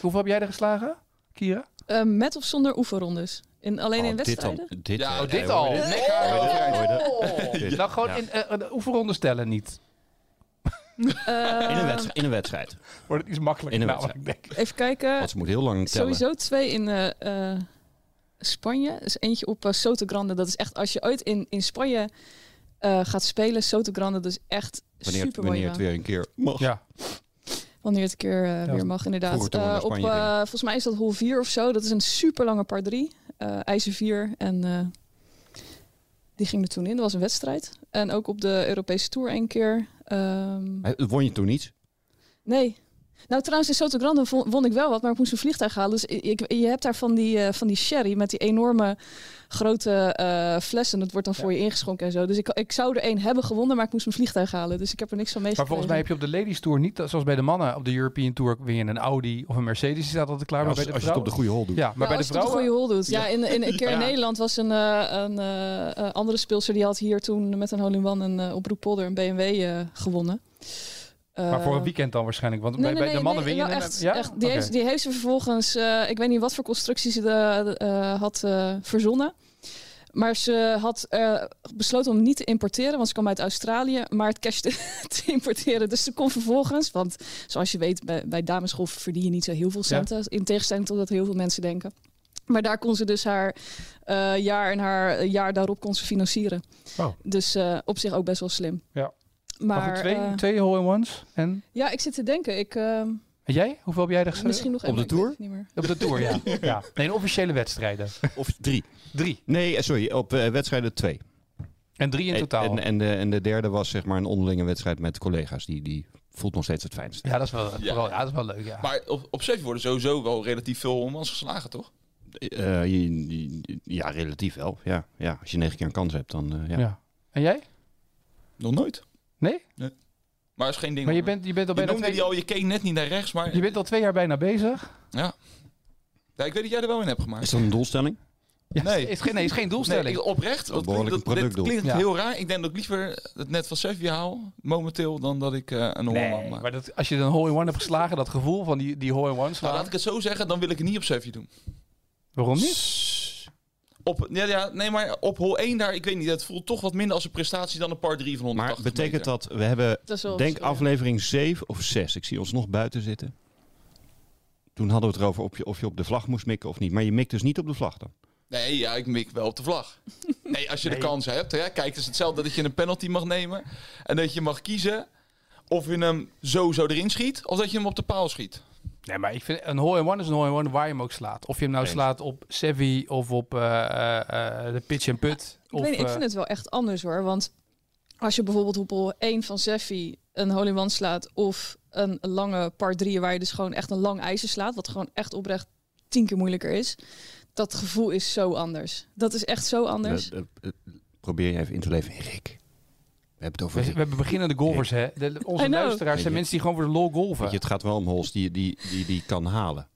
Speaker 2: Hoeveel heb jij er geslagen, Kira?
Speaker 3: Eh, met of zonder oefenrondes? In, alleen
Speaker 1: Oh,
Speaker 3: in
Speaker 1: dit
Speaker 3: wedstrijden?
Speaker 1: dan, dit,
Speaker 7: Ja,
Speaker 1: eh,
Speaker 7: oh,
Speaker 2: dit
Speaker 1: hoor,
Speaker 2: al.
Speaker 1: dit- Dit-
Speaker 2: Nou, gewoon
Speaker 1: ja.
Speaker 2: in, eh, eh, oefenrondes stellen niet.
Speaker 3: Eh,
Speaker 1: in, een wedstrijd, in een wedstrijd.
Speaker 2: Wordt het iets makkelijker
Speaker 1: In een
Speaker 2: namelijk, denk ik.
Speaker 3: Even kijken.
Speaker 1: Want ze moet heel lang tellen.
Speaker 3: Sowieso twee in eh, eh, Spanje. Dus eentje op eh, Soto Grande. Dat is echt, als je ooit in, in Spanje eh, gaat spelen, Soto Grande, dat is echt
Speaker 1: Wanneer,
Speaker 3: super mooi.
Speaker 1: wanneer het weer een keer mag.
Speaker 2: Ja.
Speaker 3: Wanneer het een keer eh,
Speaker 2: Ja.
Speaker 3: weer mag, inderdaad.
Speaker 1: Vroeger toen we
Speaker 3: Eh,
Speaker 1: naar
Speaker 3: op,
Speaker 1: Spanje
Speaker 3: eh,
Speaker 1: gingen.
Speaker 3: volgens mij is dat hol 4 of zo. Dat is een super lange par 3. eh IJzer 4. En eh, die ging er toen in. Dat was een wedstrijd. En ook op de Europese Tour één keer. Ehm,
Speaker 1: Hij- Won je toen niet?
Speaker 3: Nee. Nou, trouwens, in Soto Grande won, won ik wel wat, maar ik moest een vliegtuig halen. Dus ik, ik- je hebt daar van die, eh, van die sherry met die enorme grote eh flessen. Dat wordt dan voor je ingeschonken en zo. Dus ik, ik zou er één hebben gewonnen, maar ik moest een vliegtuig halen. Dus ik heb er niks van
Speaker 2: Maar
Speaker 3: meegekregen.
Speaker 2: volgens mij heb je op de Ladies Tour niet, eh, zoals bij de mannen op de European Tour, win je een Audi of een Mercedes. Die staat altijd klaar.
Speaker 1: Ja,
Speaker 2: maar
Speaker 1: als,
Speaker 2: bij de
Speaker 1: als je het op de
Speaker 2: vrouwen-
Speaker 1: goede hol doet.
Speaker 2: Ja, maar bij de
Speaker 3: als je Nou, het op
Speaker 2: vrouwen.
Speaker 3: een goede hol doet. Ja, in, in, een keer in Nederland was een, eh, een eh, eh, andere speelster die had hier toen met een hole-in-one een, eh, op Roepolder een BMW eh, gewonnen.
Speaker 2: Maar voor
Speaker 3: Eh,
Speaker 2: een weekend dan waarschijnlijk. Want
Speaker 3: Nee,
Speaker 2: bij,
Speaker 3: nee,
Speaker 2: bij de
Speaker 3: nee,
Speaker 2: mannen
Speaker 3: nee,
Speaker 2: win je
Speaker 3: wel
Speaker 2: een-
Speaker 3: echt,
Speaker 2: ja?
Speaker 3: echt. Die,
Speaker 2: Oké.
Speaker 3: heeft, die heeft ze vervolgens, eh, ik weet niet wat voor constructie ze de- eh, had eh, verzonnen. Maar ze had eh, besloten om niet te importeren, want ze kwam uit Australië, maar het cash te, te importeren. Dus ze kon vervolgens, want zoals je weet, bij, bij damesgolf verdien je niet zo heel veel centen. In tegenstelling tot wat heel veel mensen denken. Maar daar kon ze dus haar eh, jaar en haar eh, jaar daarop kon ze financieren.
Speaker 2: Oh.
Speaker 3: Dus eh, op zich ook best wel slim.
Speaker 2: Ja.
Speaker 3: Maar,
Speaker 2: Maar goed, twee,
Speaker 3: eh,
Speaker 2: twee hole-in-ones. En,
Speaker 3: ja, ik zit te denken. Ik, ehm,
Speaker 2: en jij? Hoeveel heb jij er gezet?
Speaker 3: Misschien nog
Speaker 1: Op de
Speaker 3: één, maar ik
Speaker 1: Tour?
Speaker 3: weet het niet meer.
Speaker 2: Op de Tour, ja. ja. Nee, in officiële wedstrijden.
Speaker 1: Of drie.
Speaker 2: Drie.
Speaker 1: Nee, eh, sorry, op eh, wedstrijden twee.
Speaker 2: En drie in
Speaker 1: En-
Speaker 2: totaal.
Speaker 7: eh,
Speaker 1: En, en, de, en de derde was zeg maar een onderlinge wedstrijd met collega's. Die, die voelt nog steeds het fijnst.
Speaker 2: ja, dat is wel,
Speaker 7: Ja.
Speaker 2: vooral- ja, dat is wel leuk, ja.
Speaker 7: Maar op, op Sevi worden sowieso wel relatief veel onmans geslagen, toch?
Speaker 1: Eh, je- je- ja, relatief wel. Ja, ja, als je negen keer een kans hebt, dan eh, ja.
Speaker 2: Ja. En jij?
Speaker 7: Nog nooit.
Speaker 2: Nee?
Speaker 7: Maar is geen ding.
Speaker 2: Maar je
Speaker 7: hoor.
Speaker 2: bent, je bent, al,
Speaker 7: je
Speaker 2: bijna
Speaker 7: noemde die
Speaker 2: twee,
Speaker 7: al, je keek net niet naar rechts, maar...
Speaker 2: je bent al twee jaar bijna bezig.
Speaker 7: Ja, ik weet dat jij er wel in hebt gemaakt.
Speaker 1: Is dat een doelstelling?
Speaker 2: Ja,
Speaker 7: Nee.
Speaker 2: Is, geen- nee, is geen doelstelling.
Speaker 7: Nee, ik- oprecht. Dat klinkt,
Speaker 1: behoorlijk
Speaker 7: dat,
Speaker 1: een product
Speaker 7: dit
Speaker 1: doel.
Speaker 7: klinkt
Speaker 2: Ja.
Speaker 7: heel raar. Ik denk dat ik liever het net van Sevi haal, momenteel, dan dat ik eh, een Holland
Speaker 2: Nee,
Speaker 7: maak.
Speaker 2: maar dat, als je een hole-in-one hebt geslagen, dat gevoel van die, die hole-in-one slaan.
Speaker 7: Nou, laat ik het zo zeggen, dan wil ik het niet op Sevi doen.
Speaker 2: Waarom niet?
Speaker 7: Op, ja, ja, nee, maar op hol 1 daar, ik weet niet, het voelt toch wat minder als een prestatie dan een par 3
Speaker 1: Maar
Speaker 7: van 180
Speaker 1: betekent
Speaker 7: meter.
Speaker 1: dat, we hebben
Speaker 3: Dat is wel
Speaker 1: denk
Speaker 3: sorry.
Speaker 1: aflevering 7 of 6. Ik zie ons nog buiten zitten. Toen hadden we het erover of je, of je op de vlag moest mikken of niet. Maar je mikt dus niet op de vlag dan.
Speaker 7: Nee, ja, ik mik wel op de vlag. Nee, als je de kans hebt. Hè, kijk, het is hetzelfde dat je een penalty mag nemen. En dat je mag kiezen of je hem zo zo erin schiet, of dat je hem op de paal schiet.
Speaker 2: Nee, maar ik vind een hole-in-one is een hole-in-one waar je hem ook slaat. Of je hem nou
Speaker 1: Eens.
Speaker 2: slaat op Sevi of op eh, eh, eh, de pitch en put.
Speaker 3: Ik,
Speaker 2: of,
Speaker 3: weet, niet, ik
Speaker 2: eh,
Speaker 3: vind het wel echt anders hoor. Want als je bijvoorbeeld op hol 1 van Seffi een hole in one slaat. of een lange par 3 waar je dus gewoon echt een lang ijzer slaat. wat gewoon echt oprecht tien keer moeilijker is. Dat gevoel is zo anders. Dat is echt zo anders.
Speaker 1: Eh, eh, eh, probeer je even in te leven. Hey, Rick, we hebben het over
Speaker 2: we,
Speaker 1: Rick.
Speaker 2: eh, we hebben beginnende golfers, hè? De- onze
Speaker 3: I know.
Speaker 2: luisteraars
Speaker 1: Weet je-
Speaker 2: zijn mensen die gewoon voor de lol golven.
Speaker 1: Weet je, het gaat wel om hols die die, die, die kan halen.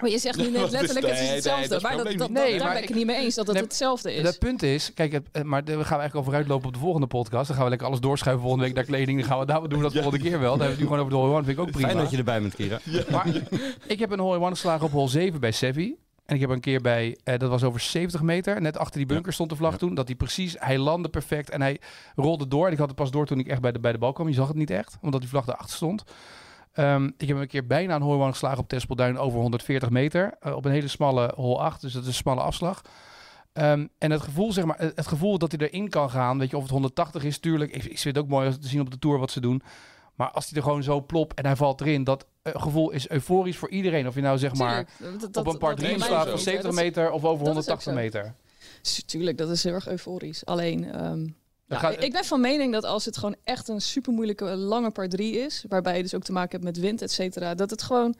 Speaker 3: Maar je zegt nu
Speaker 7: Dat
Speaker 3: net
Speaker 7: is-
Speaker 3: letterlijk het
Speaker 7: nee,
Speaker 3: is
Speaker 7: nee,
Speaker 3: hetzelfde.
Speaker 7: dat is
Speaker 3: maar dat, dat,
Speaker 7: probleem
Speaker 3: dat-
Speaker 2: niet. Nee,
Speaker 3: daar
Speaker 2: maar
Speaker 3: ben
Speaker 2: ik-
Speaker 3: ik het niet mee eens dat het
Speaker 2: Nee,
Speaker 3: hetzelfde is.
Speaker 2: Dat punt is, kijk, het- eh, maar de- we gaan eigenlijk al vooruitlopen op de volgende podcast. Dan gaan we lekker alles doorschuiven volgende week naar kleding. Dan gaan we, nou, we doen dat volgende keer wel. Dan hebben we het nu gewoon over de hole-in-one. Vind ik ook prima.
Speaker 1: Fijn dat je erbij bent, Kira.
Speaker 2: Maar ik heb een hole-in-one geslagen op hol 7 bij Sevi. En ik heb een keer bij, eh, dat was over 70 meter, net achter die bunker stond de vlag toen, dat hij precies, hij landde perfect en hij rolde door. En ik had het pas door toen ik echt bij de, bij de bal kwam. Je zag het niet echt, omdat die vlag erachter stond. Ehm, ik heb een keer bijna een hole-in-one geslagen op Tespelduin over 140 meter. eh, op een hele smalle hole 8, dus dat is een smalle afslag. Ehm, en het gevoel, zeg maar, het het gevoel dat hij erin kan gaan, weet je, of het 180 is, tuurlijk. Ik, ik vind het ook mooi als te zien op de Tour wat ze doen. Maar als hij er gewoon zo plop en hij valt erin, dat eh, gevoel is euforisch voor iedereen. Of je nou zeg maar
Speaker 3: Tuurlijk, dat-
Speaker 2: op een par
Speaker 3: dat-
Speaker 2: 3
Speaker 3: dat-
Speaker 2: slaat
Speaker 7: zo.
Speaker 2: van
Speaker 3: dat-
Speaker 2: 70
Speaker 3: dat-
Speaker 2: meter of over
Speaker 3: dat is ook
Speaker 2: 180
Speaker 3: zo.
Speaker 2: meter.
Speaker 3: Tuurlijk, dat is heel erg euforisch. Alleen, ehm,
Speaker 2: Dan
Speaker 3: Ja,
Speaker 2: gaat-
Speaker 3: ik ben van mening dat als het gewoon echt een super moeilijke lange par 3 is, waarbij je dus ook te maken hebt met wind, et cetera, dat het gewoon.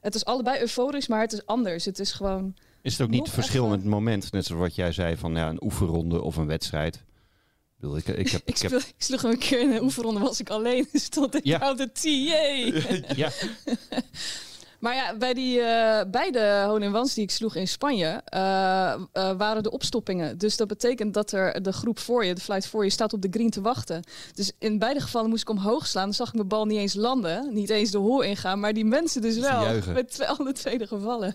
Speaker 3: Het is allebei euforisch, maar het is anders. Het is gewoon.
Speaker 1: Is het ook niet
Speaker 3: Nog
Speaker 1: het verschil
Speaker 3: even-
Speaker 1: met het moment, net zoals wat jij zei, van ja, een oefenronde of een wedstrijd? Ik, bedoel, ik, ik heb,
Speaker 3: Ik,
Speaker 1: ik heb
Speaker 3: speel, ik sloeg hem een keer in een oefenronde, was ik alleen. Stond ik
Speaker 1: Ja.
Speaker 3: aan de T. yay!
Speaker 1: Ja.
Speaker 3: maar ja, bij die eh, beide hole-in-ones die ik sloeg in Spanje, eh, eh, waren de opstoppingen. Dus dat betekent dat er de groep voor je, de flight voor je, staat op de green te wachten. Dus in beide gevallen moest ik omhoog slaan. Dan zag ik mijn bal niet eens landen, niet eens de hole ingaan. Maar die mensen dus
Speaker 1: Ze
Speaker 3: wel,
Speaker 1: juichen.
Speaker 3: met twee, alle tweede gevallen.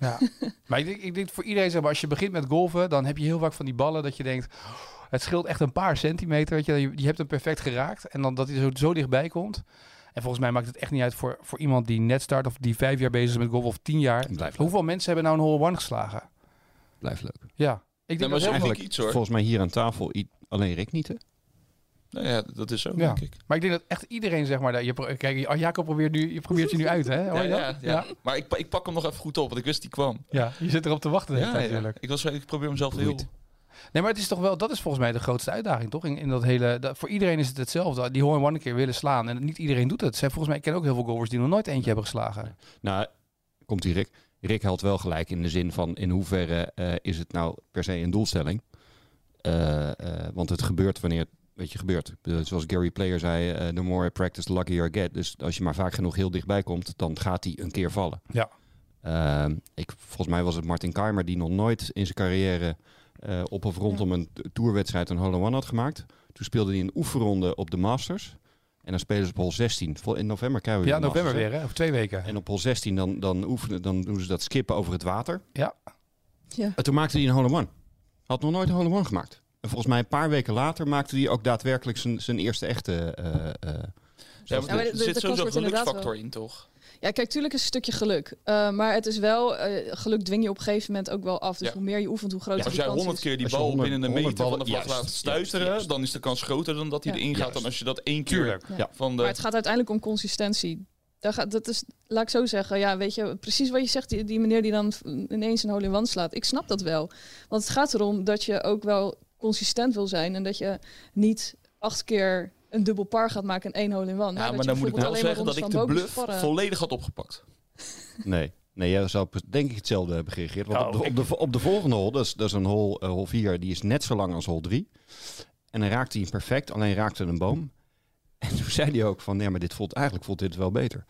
Speaker 2: Ja. maar ik denk, ik denk voor iedereen, zeg maar, als je begint met golven, dan heb je heel vaak van die ballen dat je denkt, "Oh, het scheelt echt een paar centimeter. Weet je, je, je hebt hem perfect geraakt en dan dat hij zo, zo dichtbij komt. En volgens mij maakt het echt niet uit voor, voor iemand die net start of die vijf jaar bezig is met golf of tien jaar.
Speaker 1: blijf leuk.
Speaker 2: Hoeveel mensen hebben nou een hole one geslagen?
Speaker 1: Blijf leuk.
Speaker 2: Ja, ik
Speaker 7: Nee,
Speaker 2: denk
Speaker 7: maar
Speaker 2: dat heel
Speaker 7: zo
Speaker 2: veel-
Speaker 7: eigenlijk iets hoor.
Speaker 1: Volgens mij hier aan tafel i- alleen Rick niet, hè?
Speaker 7: Nou ja, dat is zo,
Speaker 2: Ja.
Speaker 7: denk ik.
Speaker 2: Maar ik denk dat echt iedereen, zeg maar, dat je, pro- kijk, oh, Jacob probeert, nu, je probeert je nu uit, hè? Hoor
Speaker 7: Ja,
Speaker 2: je
Speaker 7: ja,
Speaker 2: dat?
Speaker 7: ja. Maar ik, pa- ik pak hem nog even goed op, want ik wist die kwam.
Speaker 2: Ja, je zit erop te wachten,
Speaker 7: Ja, ja.
Speaker 2: natuurlijk.
Speaker 7: Ik, was, ik probeer hem zelf heel...
Speaker 1: Goed.
Speaker 2: Nee, maar het is toch wel, dat is volgens mij de grootste uitdaging, toch? In, in dat hele, dat- voor iedereen is het hetzelfde. Die hoor one keer willen slaan. En niet iedereen doet het. Zij, volgens mij, ik ken ook heel veel goalers die nog nooit eentje hebben geslagen.
Speaker 1: Nou, komt hier Rick. Rick had wel gelijk in de zin van in hoeverre eh, is het nou per se een doelstelling. Eh, eh, want het gebeurt wanneer het weet je, gebeurt. Ik bedoel, zoals Gary Player zei, eh, the more I practice, the luckier I get. Dus als je maar vaak genoeg heel dichtbij komt, dan gaat hij een keer vallen.
Speaker 2: Ja.
Speaker 1: Ehm, ik, volgens mij was het Martin Keimer die nog nooit in zijn carrière eh, op of rondom een t- toerwedstrijd een hole one had gemaakt. Toen speelde hij een oefenronde op de Masters. En dan spelen ze op hol 16. Vol- In november krijgen we
Speaker 2: Ja,
Speaker 1: de Masters,
Speaker 2: november
Speaker 1: hè?
Speaker 2: weer, hè? Over twee weken.
Speaker 1: En op hol 16 dan, dan, oefenen, dan doen ze dat skippen over het water.
Speaker 2: Ja.
Speaker 3: Ja.
Speaker 1: En toen maakte hij een hole in one. Had nog nooit een hole in one gemaakt. En volgens mij een paar weken later maakte hij ook daadwerkelijk zijn, zijn eerste echte... eh, eh,
Speaker 7: Ja,
Speaker 1: zelf-
Speaker 7: want
Speaker 3: maar
Speaker 7: er
Speaker 3: de- de-
Speaker 7: zit
Speaker 3: de kans
Speaker 7: sowieso
Speaker 3: wordt inderdaad
Speaker 7: geluksfactor in, toch?
Speaker 3: Ja, kijk, tuurlijk is een stukje geluk. Eh, maar het is wel, eh, geluk dwing je op een gegeven moment ook wel af. Dus
Speaker 7: Ja.
Speaker 3: hoe meer je oefent, hoe groter
Speaker 7: Als
Speaker 3: de
Speaker 7: jij
Speaker 3: kans
Speaker 7: honderd
Speaker 3: is.
Speaker 7: keer die
Speaker 1: Als je
Speaker 7: bal
Speaker 1: 100
Speaker 7: binnen een meter
Speaker 1: 100
Speaker 7: van de
Speaker 1: ballen-
Speaker 7: vlag laat
Speaker 1: juist,
Speaker 7: stuiteren,
Speaker 1: juist, juist.
Speaker 7: dan is de kans groter dan dat hij
Speaker 3: Ja.
Speaker 7: erin gaat. Dan
Speaker 1: Juist.
Speaker 7: als je dat één keer
Speaker 2: Tuurlijk.
Speaker 3: Ja.
Speaker 7: van de...
Speaker 3: Maar het gaat uiteindelijk om consistentie. Daar gaat, dat is, laat ik zo zeggen, ja, weet je, precies wat je zegt, die, die meneer die dan v- ineens een hole in one slaat. Ik snap dat wel. Want het gaat erom dat je ook wel consistent wil zijn en dat je niet acht keer een dubbel par gaat maken en één hole in one.
Speaker 7: ja, maar dan moet ik wel zeggen dat ik de bluff
Speaker 3: eh.
Speaker 7: volledig had opgepakt.
Speaker 1: nee. Nee, jij zou pre- denk ik hetzelfde hebben gereageerd. Want
Speaker 2: Oh,
Speaker 1: op, de, op, de, op de volgende hole, dat is, dat is een hole, eh, hole 4, die is net zo lang als hole 3. En dan raakte hij perfect, alleen raakte een boom. En toen zei hij ook van, nee, maar dit voelt, eigenlijk voelt dit wel beter.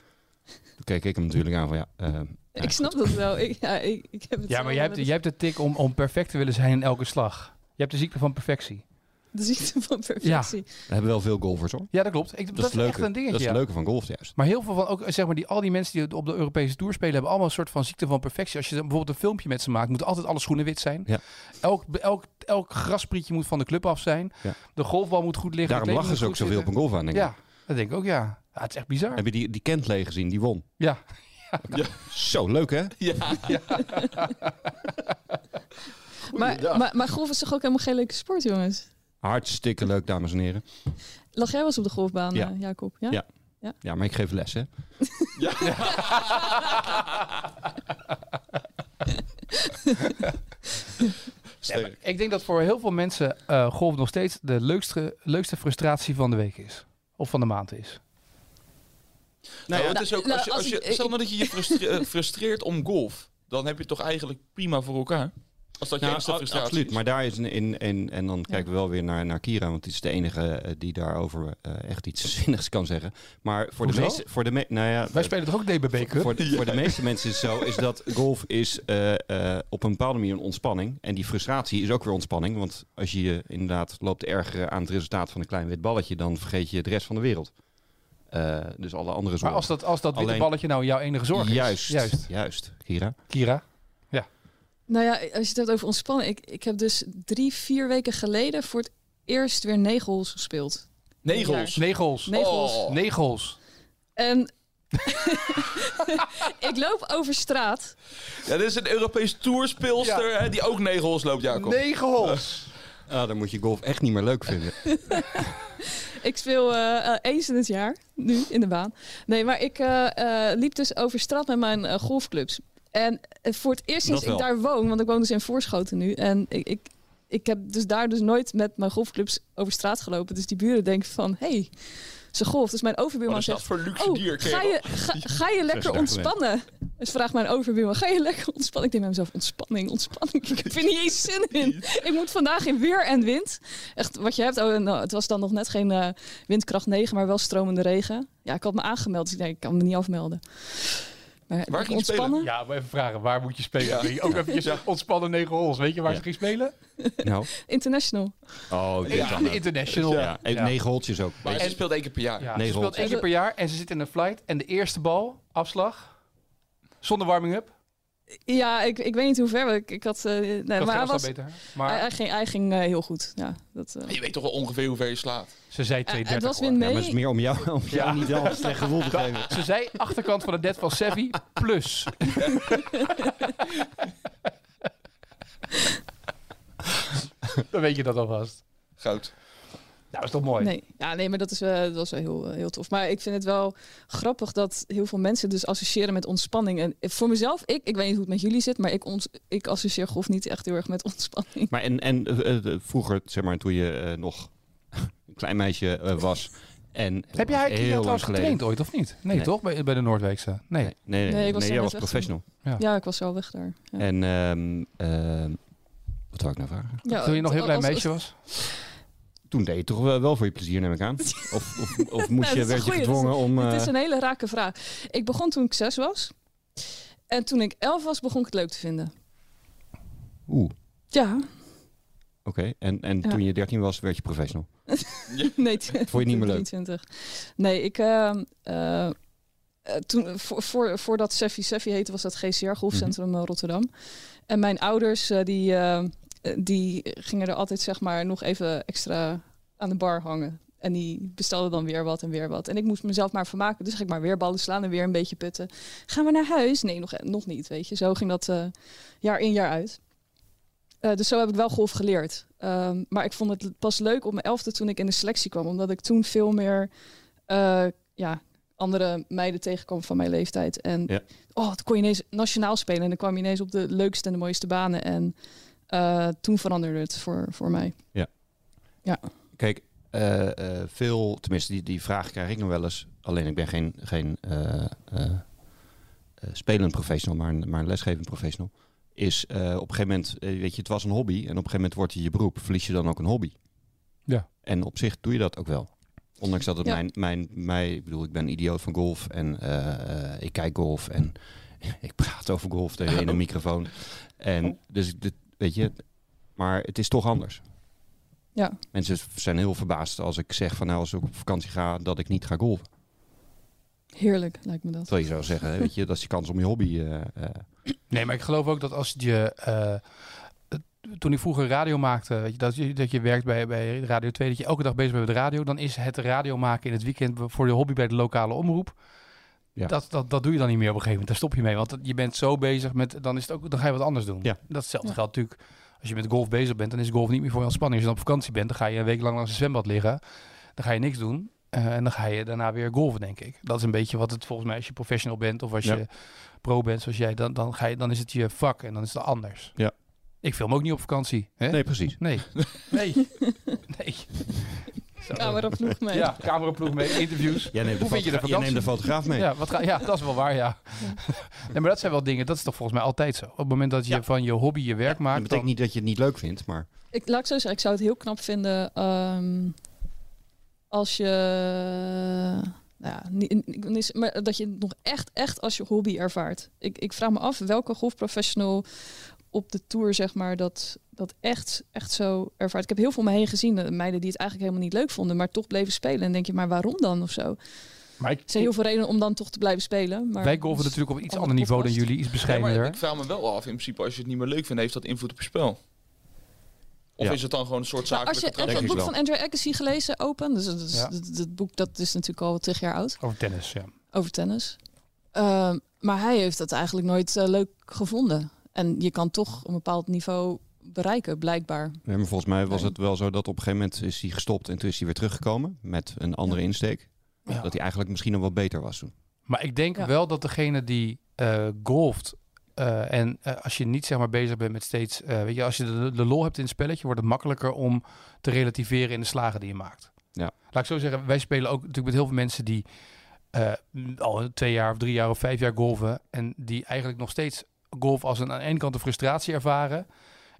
Speaker 1: Toen keek ik hem natuurlijk aan van, ja, eh,
Speaker 3: Ik snap dat wel. Ik, ja, ik, ik heb het
Speaker 2: Ja, maar jij hebt,
Speaker 3: de,
Speaker 2: jij hebt de tik om, om perfect te willen zijn in elke slag. Je hebt de ziekte van perfectie.
Speaker 3: de ziekte van perfectie.
Speaker 1: we hebben wel veel golfers hoor.
Speaker 2: Ja, dat klopt. Ik,
Speaker 1: Dat,
Speaker 2: dat, is
Speaker 1: het
Speaker 2: echt
Speaker 1: leuke-
Speaker 2: een dingetje.
Speaker 1: Dat is
Speaker 2: ja.
Speaker 1: het leuke van golf juist.
Speaker 2: Maar heel veel van, ook zeg maar, die, al die mensen die op de Europese Tour spelen, hebben allemaal een soort van ziekte van perfectie. Als je dan bijvoorbeeld een filmpje met ze maakt, moeten altijd alle schoenen wit zijn.
Speaker 1: Ja.
Speaker 2: Elk, elk, elk grasprietje moet van de club af zijn.
Speaker 1: Ja.
Speaker 2: De golfbal moet goed liggen. de
Speaker 1: Daarom
Speaker 2: kleding
Speaker 1: lachen ze ook
Speaker 2: moet goed
Speaker 1: zoveel op een
Speaker 2: zitten.
Speaker 1: golf aan, denk ik.
Speaker 2: Ja, dat denk ik ook, ja. ja het is echt bizar.
Speaker 1: Heb je die, die Kentley gezien? Die won.
Speaker 2: Ja.
Speaker 1: Zo, leuk hè?
Speaker 7: Ja,
Speaker 3: maar, maar, maar golf is toch ook helemaal geen leuke sport, jongens?
Speaker 1: Hartstikke leuk, dames en heren.
Speaker 3: Lag jij wel eens op de golfbaan,
Speaker 1: Ja.
Speaker 3: eh, Jacob? Ja?
Speaker 1: Ja. Ja, maar ik geef les hè.
Speaker 7: Nou, sterk.
Speaker 2: Ik denk dat voor heel veel mensen eh, golf nog steeds de leukste, leukste frustratie van de week is. Of van de maand is.
Speaker 7: Nou,
Speaker 3: ja.
Speaker 7: het is ook,
Speaker 3: Nou,
Speaker 7: als je,
Speaker 3: als
Speaker 7: als je,
Speaker 3: ik- ik-
Speaker 7: stel nou dat je je frustre- eh, frustreert om golf, dan heb je het toch eigenlijk prima voor elkaar. Als dat je
Speaker 1: Nou,
Speaker 7: extra
Speaker 1: a-
Speaker 7: frustratie
Speaker 1: absoluut.
Speaker 7: is.
Speaker 1: Maar daar is een- in, in, en dan kijken we wel weer naar, naar Kira, want die is de enige eh, die daarover eh, echt iets zinnigs kan zeggen. Maar voor
Speaker 2: Hoezo?
Speaker 1: de meeste, voor de me, nou ja,
Speaker 2: Wij
Speaker 1: eh,
Speaker 2: spelen toch ook DBB Cup?
Speaker 1: voor, de- voor de meeste mensen is het zo, is dat golf is eh, eh, op een bepaalde manier een ontspanning. En die frustratie is ook weer ontspanning, want als je je inderdaad loopt te ergeren aan het resultaat van een klein wit balletje, dan vergeet je de rest van de wereld. Eh, dus alle andere
Speaker 2: Maar
Speaker 1: zorgen.
Speaker 2: als dat, als dat witte
Speaker 1: Alleen-
Speaker 2: balletje nou jouw enige zorg is.
Speaker 1: juist,
Speaker 2: Juist.
Speaker 1: juist, juist, Kira.
Speaker 2: Kira.
Speaker 3: Nou ja, als je het hebt over ontspannen. Ik, ik heb dus drie, vier weken geleden voor het eerst weer negen holes gespeeld.
Speaker 7: Negels.
Speaker 2: Negels.
Speaker 3: Negels.
Speaker 7: Oh.
Speaker 2: Negels.
Speaker 3: En ik loop over straat.
Speaker 7: Ja, dit is een Europees tourspeelster hè, die ook negels loopt, Jacob.
Speaker 2: Negels.
Speaker 1: Ah, dan moet je golf echt niet meer leuk vinden.
Speaker 3: Ik speel eh, eh, eens in het jaar, nu, in de baan. Nee, maar ik eh, eh, liep dus over straat met mijn eh, golfclubs. En eh, voor het eerst sinds
Speaker 1: Dat
Speaker 3: ik
Speaker 1: wel.
Speaker 3: daar woon, want ik woon dus in Voorschoten nu. En ik, ik, ik heb dus daar dus nooit met mijn golfclubs over straat gelopen. Dus die buren denken van, hé, hey, ze golf. Dus mijn
Speaker 7: Wat
Speaker 3: overbuurman
Speaker 7: is
Speaker 3: zegt,
Speaker 7: dat voor luxe
Speaker 3: Oh,
Speaker 7: dier, kerel?
Speaker 3: ga je, ga, ga je lekker
Speaker 1: Zo is het
Speaker 3: ontspannen? Dus vraagt mijn overbuurman, ga je lekker ontspannen? Ik denk bij mezelf, ontspanning, ontspanning. Ik heb er niet eens zin in. Ik moet vandaag in weer en wind. Echt, wat je hebt, oh, nou, het was dan nog net geen eh, windkracht 9, maar wel stromende regen. Ja, ik had me aangemeld, dus ik denk, ik kan me niet afmelden. Maar
Speaker 7: Waar ging je
Speaker 3: ontspannen?
Speaker 2: Ja, maar even vragen. Waar moet je spelen? Ook even ontspannen negen holes. Weet je waar
Speaker 1: Ja.
Speaker 2: ze ging spelen?
Speaker 1: Nou,
Speaker 3: International.
Speaker 1: oh, dit
Speaker 7: Ja.
Speaker 1: dan.
Speaker 2: De International.
Speaker 1: Ja, en negen holtjes ook.
Speaker 7: Maar
Speaker 1: Weet
Speaker 7: ze
Speaker 1: je.
Speaker 7: speelt één keer per jaar.
Speaker 2: Ja,
Speaker 1: Negen
Speaker 2: ze speelt
Speaker 1: holes.
Speaker 2: één keer per jaar en ze zit in een flight. En de eerste bal, afslag, zonder warming-up.
Speaker 3: Ja, ik, ik weet niet hoe ver. maar Ik, ik had, eh, nee,
Speaker 2: Dat
Speaker 3: maar hij,
Speaker 2: was
Speaker 3: was,
Speaker 2: beter.
Speaker 3: hij,
Speaker 2: Maar
Speaker 3: hij ging, hij ging eh, heel goed. Ja, dat, eh,
Speaker 7: Je weet toch wel ongeveer hoe ver je slaat.
Speaker 2: ze zei
Speaker 3: eh,
Speaker 2: 230.
Speaker 3: het was
Speaker 2: hoor.
Speaker 3: wind
Speaker 1: Ja, maar het is
Speaker 3: mee.
Speaker 1: meer om jou, om jou
Speaker 2: Ja.
Speaker 1: niet al een slecht gevoel te geven.
Speaker 2: Ze zei achterkant van de dead van Sevi plus. Dan weet je dat alvast. Nou,
Speaker 7: Goud.
Speaker 4: dat is toch mooi?
Speaker 3: Nee, ja, nee maar dat is wel, dat is wel heel, eh, heel tof. Maar ik vind het wel grappig dat heel veel mensen dus associëren met ontspanning. En voor mezelf, ik, ik weet niet hoe het met jullie zit, maar ik, ons, ik associeer golf niet echt heel erg met ontspanning.
Speaker 1: Maar en, en eh, eh, vroeger, zeg maar, toen je eh, nog een klein meisje eh, was. En
Speaker 2: Heb jij
Speaker 1: heel
Speaker 2: eigenlijk
Speaker 1: lang
Speaker 2: trouwens
Speaker 1: geleden.
Speaker 2: getraind ooit of niet? Nee,
Speaker 1: Nee.
Speaker 2: toch? Bij, bij de Noordweekse? Nee.
Speaker 1: Nee, nee,
Speaker 3: Nee,
Speaker 1: nee,
Speaker 3: ik was
Speaker 1: nee, jij
Speaker 3: daar net
Speaker 1: was
Speaker 3: weg
Speaker 1: professional.
Speaker 3: Ja, ik was wel weg daar. Ja.
Speaker 1: En ehm, ehm, wat wou ik nou vragen?
Speaker 3: Ja,
Speaker 2: Toen je nog heel klein
Speaker 3: als-
Speaker 2: meisje was?
Speaker 1: Toen deed je toch wel, wel voor je plezier, neem ik aan. Of, of, of
Speaker 3: Nou, dat
Speaker 1: moest
Speaker 3: is
Speaker 1: je,
Speaker 3: een
Speaker 1: werd je
Speaker 3: goeie,
Speaker 1: gedwongen om... eh,
Speaker 3: Het is een hele rake vraag. Ik begon toen ik zes was. En toen ik elf was, begon ik het leuk te vinden.
Speaker 1: Oeh,
Speaker 3: Ja,
Speaker 1: oké. En, en
Speaker 3: Ja.
Speaker 1: toen je 13 was, werd je professional.
Speaker 3: nee. Vond
Speaker 1: je niet meer leuk?
Speaker 3: Nee, ik... eh, eh, eh, toen, voor, voor, voordat Seffi Seffi heette, was dat GCR Golfcentrum eh, Rotterdam. En mijn ouders, eh, die, eh, eh, die gingen er altijd zeg maar nog even extra aan de bar hangen. En die bestelden dan weer wat en weer wat. En ik moest mezelf maar vermaken. Dus ging ik maar weer ballen slaan en weer een beetje putten. Gaan we naar huis? Nee, nog, nog niet, weet je. Zo ging dat eh, jaar in, jaar uit. Eh, dus zo heb ik wel golf geleerd. Ehm, maar ik vond het pas leuk op mijn elfde toen ik in de selectie kwam. Omdat ik toen veel meer eh, ja, andere meiden tegenkwam van mijn leeftijd. En
Speaker 1: Ja.
Speaker 3: oh, toen kon je ineens nationaal spelen. En dan kwam je ineens op de leukste en de mooiste banen. En eh, toen veranderde het voor, voor mij.
Speaker 1: Kijk, eh, eh, veel, tenminste, die, die vraag krijg ik nog wel eens. Alleen ik ben geen, geen eh, eh, eh, spelend professional, maar een, maar een lesgevend professional. Is eh, op een gegeven moment, eh, weet je, het was een hobby. En op een gegeven moment wordt je je beroep. Verlies je dan ook een hobby.
Speaker 2: Ja.
Speaker 1: En op zich doe je dat ook wel. Ondanks dat het
Speaker 3: Ja.
Speaker 1: mijn, mijn, mij, ik bedoel, ik ben een idioot van golf en eh, eh, ik kijk golf en ik praat over golf tegen in een microfoon. En dus, dit, weet je, maar het is toch anders.
Speaker 3: Ja.
Speaker 1: Mensen zijn heel verbaasd als ik zeg van nou, als ik op vakantie ga, dat ik niet ga golven.
Speaker 3: Heerlijk lijkt me dat.
Speaker 1: Terwijl je zou zeggen, hè, weet je, dat is je kans om je hobby. eh, eh,
Speaker 2: Nee, maar ik geloof ook dat als je... eh, eh, toen ik vroeger radio maakte, weet je, dat, je, dat je werkt bij, bij Radio 2, dat je elke dag bezig bent met radio, dan is het radio maken in het weekend voor je hobby bij de lokale omroep.
Speaker 1: Ja.
Speaker 2: Dat, dat, dat doe je dan niet meer op een gegeven moment. Daar stop je mee, want je bent zo bezig met... Dan, is het ook, dan ga je wat anders doen.
Speaker 1: Ja.
Speaker 2: Datzelfde
Speaker 3: Ja.
Speaker 2: geldt natuurlijk. Als je met golf bezig bent, dan is golf niet meer voor je ontspanning. Als je dan op vakantie bent, dan ga je een week lang langs een zwembad liggen. Dan ga je niks doen. Eh, en dan ga je daarna weer golven, denk ik. Dat is een beetje wat het volgens mij als je professional bent of als
Speaker 1: Ja.
Speaker 2: je pro bent zoals jij, dan, dan, ga je, dan is het je vak en dan is het anders.
Speaker 1: Ja.
Speaker 2: Ik film ook niet op vakantie. Hè?
Speaker 1: Nee, precies.
Speaker 2: Nee. Nee. nee. Zo.
Speaker 3: Camera ploeg mee.
Speaker 2: Ja, cameraploeg mee, interviews.
Speaker 1: Jij neemt,
Speaker 2: Hoe
Speaker 1: de,
Speaker 2: vind je de
Speaker 1: fotogra- jij neemt de
Speaker 2: vakantie?
Speaker 1: fotograaf mee.
Speaker 2: Ja, wat ga, ja, dat is wel waar, ja. nee, maar dat zijn wel dingen, dat is toch volgens mij altijd zo. Op het moment dat je
Speaker 1: Ja.
Speaker 2: van je hobby je werk
Speaker 1: dat
Speaker 2: maakt,
Speaker 1: betekent
Speaker 2: dan...
Speaker 1: niet dat je het niet leuk vindt, maar
Speaker 3: Ik, laat ik zo zeggen, ik zou het heel knap vinden ehm, als je. Nou ja, niet, niet- niet- maar dat je het nog echt, echt als je hobby ervaart. Ik, ik vraag me af welke golfprofessional op de tour, zeg maar, dat, dat echt, echt zo ervaart. Ik heb heel veel om me heen gezien, eh, meiden die het eigenlijk helemaal niet leuk vonden, maar toch bleven spelen. En denk je, maar waarom dan of zo?
Speaker 2: Maar ik-
Speaker 3: Er zijn heel veel redenen om dan toch te blijven spelen. Maar dus
Speaker 2: wij golven natuurlijk op een iets
Speaker 3: andere
Speaker 2: ander niveau dan
Speaker 3: podcast.
Speaker 2: jullie, iets
Speaker 7: Nee, maar
Speaker 2: bescheidener.
Speaker 7: ik vraag me wel af, in principe, als je het niet meer leuk vindt, heeft dat invloed op je spel? Of
Speaker 1: Ja.
Speaker 7: is het dan gewoon een soort
Speaker 3: Maar als
Speaker 7: zakelijke
Speaker 3: je
Speaker 1: Denk ik
Speaker 3: het boek
Speaker 1: wel.
Speaker 3: van Andrew Agassi gelezen, Open, dus dat, is-
Speaker 2: Ja.
Speaker 3: dat, dat boek dat is natuurlijk al tig jaar oud.
Speaker 2: Over tennis, ja.
Speaker 3: over tennis. Ehm, maar hij heeft het eigenlijk nooit eh, leuk gevonden. En je kan toch een bepaald niveau bereiken, blijkbaar.
Speaker 1: Ja, maar volgens mij was
Speaker 3: Nee.
Speaker 1: het wel zo dat op een gegeven moment is hij gestopt en toen is hij weer teruggekomen met een andere insteek.
Speaker 2: Ja.
Speaker 1: Dat hij eigenlijk misschien nog wel beter was toen.
Speaker 2: Maar ik denk
Speaker 3: Ja.
Speaker 2: wel dat degene die eh, golft. eh, en eh, als je niet zeg maar bezig bent met steeds. eh, weet je, als je de, de lol hebt in het spelletje, wordt het makkelijker om te relativeren in de slagen die je maakt.
Speaker 1: Ja.
Speaker 2: Laat ik zo zeggen, wij spelen ook natuurlijk met heel veel mensen die eh, al twee jaar of drie jaar of vijf jaar golven. En die eigenlijk nog steeds golf als een aan de ene kant een frustratie ervaren.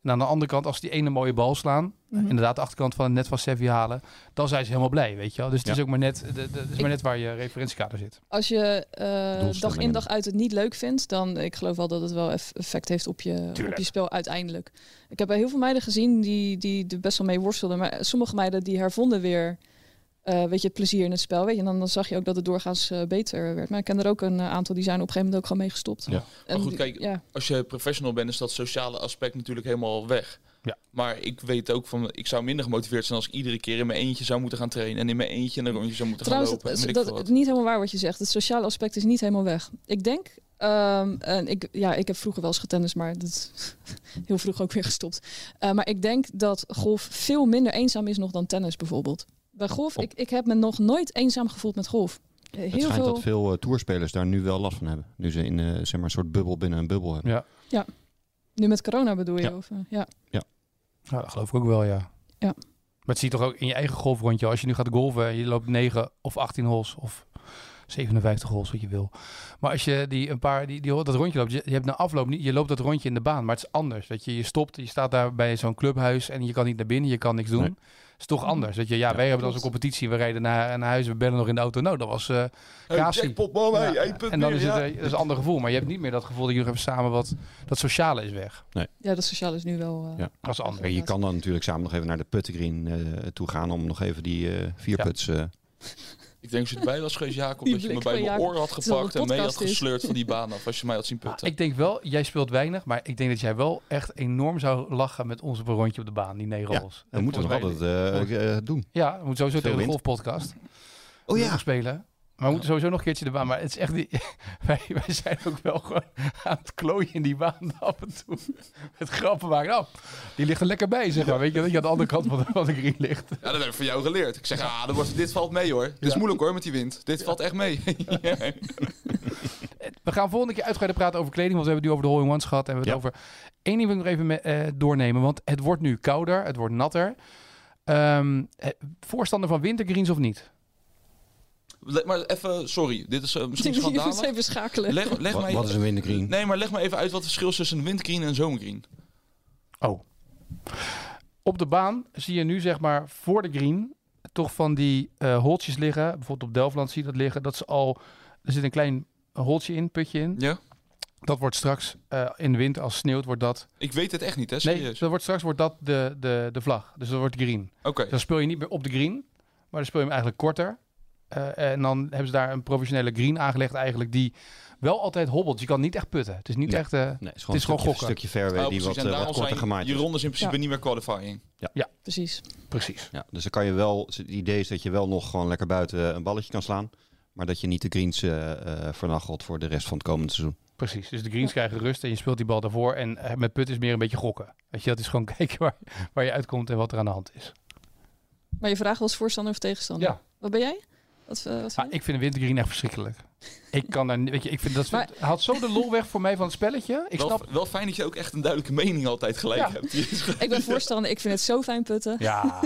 Speaker 2: En aan de andere kant, als ze die ene mooie bal slaan,
Speaker 3: Mhm.
Speaker 7: Mhm.
Speaker 2: eh, inderdaad de achterkant van het net van Sevi halen, dan zijn ze helemaal blij, weet je wel. Dus het
Speaker 1: Ja.
Speaker 2: is ook maar net, de, de- het is
Speaker 3: Ik-
Speaker 2: maar net waar je referentiekader zit.
Speaker 3: Als je eh, dag in
Speaker 1: Doelstellingen.
Speaker 3: dag uit het niet leuk vindt, dan ik geloof wel dat het wel eff- effect heeft op je, op je spel uiteindelijk. Ik heb bij heel veel meiden gezien die, die er best wel mee worstelden. Maar sommige meiden die hervonden weer eh, weet je, het plezier in het spel. Weet je, en dan, dan zag je ook dat het doorgaans eh, beter werd. Maar ik ken er ook een eh, aantal die zijn op een gegeven moment ook gewoon mee gestopt.
Speaker 1: Ja.
Speaker 3: En
Speaker 7: goed,
Speaker 3: die-
Speaker 7: kijk,
Speaker 3: ja.
Speaker 7: als je professional bent, is dat sociale aspect natuurlijk helemaal weg.
Speaker 2: Ja.
Speaker 7: Maar ik weet ook van, ik zou minder gemotiveerd zijn als ik iedere keer in mijn eentje zou moeten gaan trainen. En in mijn eentje een rondje zou moeten
Speaker 3: Trouwens,
Speaker 7: gaan lopen.
Speaker 3: dat,
Speaker 7: en weet ik
Speaker 3: dat,
Speaker 7: veel wat.
Speaker 3: niet helemaal waar wat je zegt. Het sociale aspect is niet helemaal weg. Ik denk, ehm, en ik, ja, ik heb vroeger wel eens getennist, maar dat is heel vroeg ook weer gestopt. Eh, maar ik denk dat golf veel minder eenzaam is nog dan tennis bijvoorbeeld. bij golf.
Speaker 1: Op-
Speaker 3: Ik, ik heb me nog nooit eenzaam gevoeld met golf. Eh,
Speaker 1: het
Speaker 3: Heel
Speaker 1: schijnt
Speaker 3: veel.
Speaker 1: dat veel eh, tourspelers daar nu wel last van hebben. Nu ze in eh, zeg maar, een soort bubbel binnen een bubbel hebben.
Speaker 3: Nu met corona bedoel je?
Speaker 1: Ja.
Speaker 3: Of, eh, ja.
Speaker 2: Nou, dat geloof ik ook wel, ja.
Speaker 3: Ja.
Speaker 2: Maar het zie je toch ook in je eigen golfrondje. Als je nu gaat golven en je loopt 9 of 18 holes of 57 holes, wat je wil. Maar als je die een paar, die, die, dat rondje loopt, je, je hebt na afloop niet, je loopt dat rondje in de baan. Maar het is anders. Dat je, je stopt, je staat daar bij zo'n clubhuis en je kan niet naar binnen, je kan niks doen.
Speaker 1: Nee.
Speaker 2: Het is toch anders. Dat je, ja,
Speaker 1: Ja,
Speaker 2: wij hebben dan zo'n
Speaker 3: klopt.
Speaker 2: competitie, we rijden naar, naar huis, we bellen nog in de auto. Nou, dat was eh
Speaker 7: Hey,
Speaker 2: Kasi.
Speaker 7: jackpot, man. Oh, hey,
Speaker 2: ja,
Speaker 7: één punt
Speaker 2: en dan
Speaker 7: meer,
Speaker 2: is het
Speaker 7: ja.
Speaker 2: eh, dat is een ander gevoel. Maar je hebt niet meer dat gevoel dat jullie nog even samen wat... Dat sociale is weg.
Speaker 3: ja, dat sociaal is nu wel... eh,
Speaker 1: Ja.
Speaker 2: Dat is anders.
Speaker 1: Kijk, je kan dan natuurlijk samen nog even naar de puttengreen eh, toe gaan om nog even die eh vier
Speaker 2: Ja.
Speaker 1: puts. eh,
Speaker 7: Ik denk als je erbij was geweest, Jacob,
Speaker 3: Die
Speaker 7: dat je me
Speaker 3: blik
Speaker 7: bij
Speaker 3: van
Speaker 7: mijn
Speaker 3: Jacob.
Speaker 7: oor had
Speaker 3: Het is wel
Speaker 7: gepakt
Speaker 3: een
Speaker 7: en mee had
Speaker 3: podcast is.
Speaker 7: gesleurd van die baan af als je mij had zien putten.
Speaker 2: Ah, Ik denk wel, jij speelt weinig, maar ik denk dat jij wel echt enorm zou lachen met ons op een rondje op de baan, die negen
Speaker 1: Ja,
Speaker 2: holes. Dat
Speaker 1: dan moeten we nog
Speaker 2: volgens
Speaker 1: altijd
Speaker 2: mij-
Speaker 1: eh, eh, doen.
Speaker 2: Ja, we moeten sowieso tegen de
Speaker 1: wind.
Speaker 2: golfpodcast
Speaker 1: Oh
Speaker 2: nog spelen. Maar we moeten sowieso nog een keertje de baan. Maar het is echt... Die, wij, wij zijn ook wel gewoon aan het klooien in die baan af en toe. Het grappen maken. Nou, die ligt er lekker bij, zeg maar. Weet je, dat je aan de andere kant van de, van de green ligt.
Speaker 7: Ja, dat heb ik van jou geleerd. Ik zeg, ah, dan wordt, dit valt mee hoor. Dit is moeilijk hoor met die wind. Dit valt echt mee. Ja.
Speaker 2: We gaan volgende keer uitgebreid praten over kleding, want we hebben het nu over de hole-in-ones gehad. En we hebben het over... Eén ding wil ik nog even me- eh, doornemen, want het wordt nu kouder, het wordt natter. Ehm, eh, voorstander van wintergreens of niet?
Speaker 7: Le- Maar even, sorry, dit is eh, misschien
Speaker 3: Je moet
Speaker 7: schandalig.
Speaker 3: even schakelen.
Speaker 7: Leg, leg
Speaker 1: Wat,
Speaker 7: mij,
Speaker 1: wat is een wintergreen?
Speaker 7: Nee, maar leg me even uit wat het verschil is tussen een windgreen en een zomergreen.
Speaker 2: Oh. Op de baan zie je nu, zeg maar, voor de green toch van die eh holtjes liggen. Bijvoorbeeld op Delftland zie je dat liggen. Dat is al... Er zit een klein holtje in, putje in.
Speaker 7: Ja?
Speaker 2: Dat wordt straks eh, in de winter, als het sneeuwt, wordt dat...
Speaker 7: Ik weet het echt niet, hè?
Speaker 2: Nee,
Speaker 7: Serieus.
Speaker 2: dat wordt, straks wordt dat de, de, de vlag. Dus dat wordt green.
Speaker 7: Oké.
Speaker 2: Dus Dan speel je niet meer op de green, maar dan speel je hem eigenlijk korter. Eh, en dan hebben ze daar een professionele green aangelegd eigenlijk die wel altijd hobbelt. Je kan niet echt putten. Het is niet
Speaker 1: Ja.
Speaker 2: echt... eh,
Speaker 1: Nee, het is gewoon
Speaker 2: Het is gewoon
Speaker 1: een stukje,
Speaker 2: gokken.
Speaker 1: stukje fairway die
Speaker 7: Oh, precies.
Speaker 1: wat,
Speaker 7: En
Speaker 1: eh, wat
Speaker 7: daarom
Speaker 1: korter
Speaker 7: zijn
Speaker 1: gemaakt
Speaker 7: Je
Speaker 1: is.
Speaker 7: ronde is in principe
Speaker 3: Ja.
Speaker 7: niet meer qualifying.
Speaker 3: Precies.
Speaker 2: precies.
Speaker 1: Ja, dus dan kan je wel, het idee is dat je wel nog gewoon lekker buiten eh, een balletje kan slaan. Maar dat je niet de greens eh eh vernachelt voor de rest van het komende seizoen.
Speaker 2: Precies. Dus de greens krijgen rust en je speelt die bal daarvoor. En eh, met putten is meer een beetje gokken. Weet je, dat is gewoon kijken waar, waar je uitkomt en wat er aan de hand is.
Speaker 3: Maar je vraagt was voorstander of tegenstander?
Speaker 2: Ja.
Speaker 3: Wat ben jij? Wat, eh, wat
Speaker 2: Maar
Speaker 3: vind je?
Speaker 2: Ah, ik vind de wintergreen echt verschrikkelijk. ik kan daar niet... Weet je, ik vind dat...
Speaker 3: Maar-
Speaker 2: haalt zo de lol weg voor mij van het spelletje. Ik
Speaker 7: wel,
Speaker 2: snap...
Speaker 7: wel fijn dat je ook echt een duidelijke mening altijd gelijk
Speaker 2: Ja.
Speaker 7: hebt. Die is
Speaker 3: ik ben voorstander. Ik vind het zo fijn putten.
Speaker 2: Ja,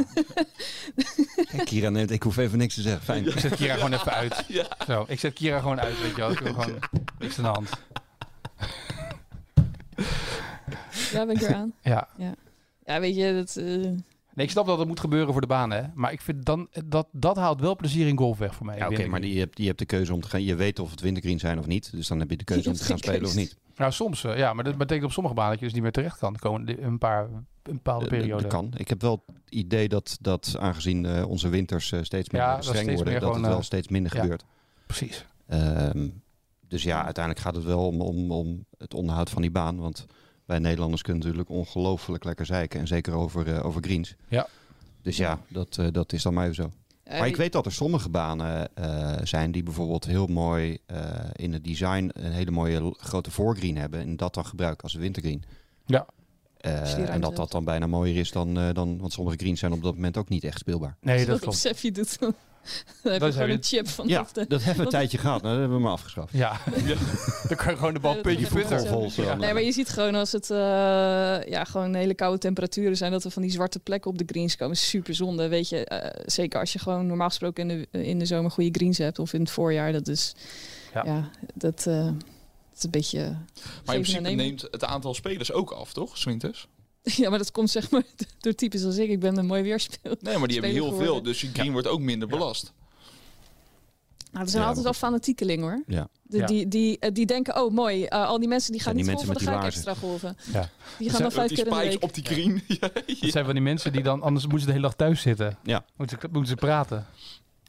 Speaker 1: Kijk, Kira neemt, ik hoef even niks te zeggen. Fijn.
Speaker 2: ik zet Kira gewoon even uit.
Speaker 7: Ja.
Speaker 2: Zo, ik zet Kira gewoon uit, weet je wel. Ik wil gewoon niks aan de hand.
Speaker 3: Daar ben ik weer aan.
Speaker 2: Ja.
Speaker 3: Ja, weet je, dat... eh,
Speaker 2: Nee, ik snap dat het moet gebeuren voor de baan, hè. Maar ik vind dan, eh, dat, dat haalt wel plezier in golf weg voor mij.
Speaker 1: Ja, Oké,
Speaker 2: Binnen-
Speaker 1: maar die, je, hebt, je hebt de keuze om te gaan. Je weet of het wintergreen zijn of niet. Dus dan heb je de keuze
Speaker 3: Je
Speaker 1: om te
Speaker 3: hebt
Speaker 1: gaan
Speaker 3: geen
Speaker 1: spelen of
Speaker 3: keuze.
Speaker 1: niet.
Speaker 2: Nou, soms, eh, ja. Maar dat betekent op sommige banen dat je dus niet meer terecht kan. Komen de- een paar, een bepaalde
Speaker 1: Eh, dat-
Speaker 2: periode.
Speaker 1: Dat kan. Ik heb wel het idee dat, dat aangezien eh, onze winters eh, steeds meer
Speaker 2: Ja, dat
Speaker 1: streng
Speaker 2: steeds
Speaker 1: worden,
Speaker 2: meer
Speaker 1: dat
Speaker 2: gewoon,
Speaker 1: het wel
Speaker 2: eh,
Speaker 1: steeds minder
Speaker 2: ja.
Speaker 1: gebeurt.
Speaker 2: Precies.
Speaker 1: Ehm, dus ja, uiteindelijk gaat het wel om, om, om het onderhoud van die baan. Want wij Nederlanders kunnen natuurlijk ongelooflijk lekker zeiken. En zeker over, eh, over greens.
Speaker 2: Ja.
Speaker 1: Dus ja, dat, eh, dat is dan maar even zo.
Speaker 3: ja,
Speaker 1: Maar ik weet dat er sommige banen eh, zijn die bijvoorbeeld heel mooi eh, in het design een hele mooie l- grote voorgreen hebben en dat dan gebruiken als een wintergreen.
Speaker 2: Ja.
Speaker 1: Eh,
Speaker 3: Als je die
Speaker 1: en
Speaker 3: ruimte
Speaker 1: dat dat
Speaker 3: hebt.
Speaker 1: dan bijna mooier is dan, eh, dan. Want sommige greens zijn op dat moment ook niet echt speelbaar.
Speaker 2: Nee,
Speaker 3: Als
Speaker 2: dat
Speaker 3: je dat op
Speaker 2: klopt.
Speaker 3: Seffie doet, dan heb je
Speaker 2: heb
Speaker 3: gewoon
Speaker 2: je-
Speaker 3: een chip van
Speaker 1: Ja, dus-
Speaker 3: of de-
Speaker 1: dat hebben we een tijdje gehad. Nou, dat hebben we maar afgeschaft.
Speaker 2: Ja. dan kan je gewoon de bal
Speaker 3: Nee, dat
Speaker 2: puntje
Speaker 3: is echt
Speaker 2: putter.
Speaker 3: zo. Nee, maar je ziet gewoon als het eh, ja, gewoon hele koude temperaturen zijn, dat er van die zwarte plekken op de greens komen. Super zonde, weet je. Eh, zeker als je gewoon normaal gesproken in de, in de zomer goede greens hebt of in het voorjaar. Dat is,
Speaker 2: Ja.
Speaker 3: ja, dat, eh, dat is een beetje...
Speaker 7: Maar in principe
Speaker 3: nemen.
Speaker 7: neemt het aantal spelers ook af, toch? Swinters?
Speaker 3: Ja, maar dat komt zeg maar door types als ik. Ik ben een mooi weerspeel.
Speaker 7: Nee, maar die hebben
Speaker 3: Speler
Speaker 7: heel veel.
Speaker 3: geworden.
Speaker 7: Dus je green wordt ook minder belast.
Speaker 3: Nou, er zijn
Speaker 1: Ja,
Speaker 3: altijd wel fanatiekelingen hoor.
Speaker 1: Ja.
Speaker 3: De-
Speaker 2: Ja.
Speaker 3: Die, die, eh, die denken, oh mooi, eh, al die mensen die gaan
Speaker 1: Ja, die
Speaker 3: niet
Speaker 1: mensen
Speaker 3: golven, dan ga ik
Speaker 1: met die
Speaker 3: extra golven.
Speaker 2: Ja.
Speaker 3: Die gaan dan
Speaker 7: Ook
Speaker 3: vijf
Speaker 7: die
Speaker 3: keer in de
Speaker 7: spikes
Speaker 3: week.
Speaker 7: op die green. Ja.
Speaker 2: Het zijn van die mensen die dan, anders moeten ze de hele dag thuis zitten.
Speaker 1: Ja.
Speaker 2: Moeten ze, moeten ze praten.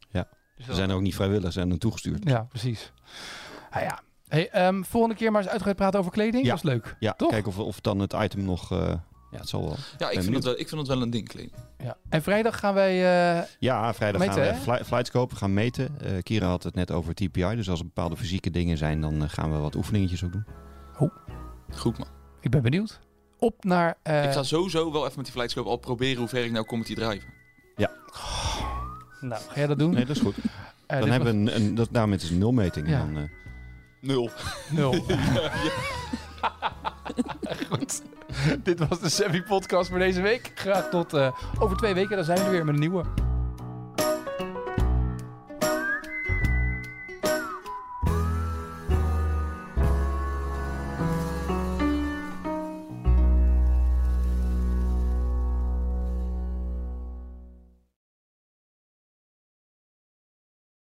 Speaker 1: Ja.
Speaker 2: Dus
Speaker 1: Ze
Speaker 2: dat-
Speaker 1: zijn ook niet vrijwillig, ze zijn er toegestuurd.
Speaker 2: Ja, precies. Nou ja. Hey, ehm, volgende keer maar eens uitgebreid praten over kleding.
Speaker 1: Ja.
Speaker 2: Dat is leuk.
Speaker 1: Ja,
Speaker 2: Toch?
Speaker 1: kijk of, of dan het item nog. eh, ja, het zal wel.
Speaker 7: Ja, ik
Speaker 1: Ben
Speaker 7: vind,
Speaker 1: benieuwd.
Speaker 7: dat wel, ik vind dat wel een ding, Kleen.
Speaker 2: Ja. En vrijdag gaan wij... eh,
Speaker 1: Ja, vrijdag
Speaker 2: Meten,
Speaker 1: gaan we
Speaker 2: hè?
Speaker 1: fli- flights kopen, we gaan meten. Eh, Kira had het net over TPI, dus als er bepaalde fysieke dingen zijn, dan eh, gaan we wat oefeningetjes ook doen.
Speaker 7: Goed, man.
Speaker 2: ik ben benieuwd. Op naar... eh,
Speaker 7: ik ga sowieso wel even met die flightscope al proberen hoe ver ik nou kom met die drijven.
Speaker 2: Nou, ga jij dat doen?
Speaker 1: Nee, dat is goed.
Speaker 2: Eh,
Speaker 1: Dan
Speaker 2: dit
Speaker 1: hebben we een, een, dat, daarmee is een nulmeting.
Speaker 2: Ja.
Speaker 1: En dan, eh,
Speaker 7: Nul.
Speaker 2: was nul. Goed. Dit was de Savvy Podcast voor deze week. Graag tot eh, over twee weken. Dan zijn we er weer met een nieuwe.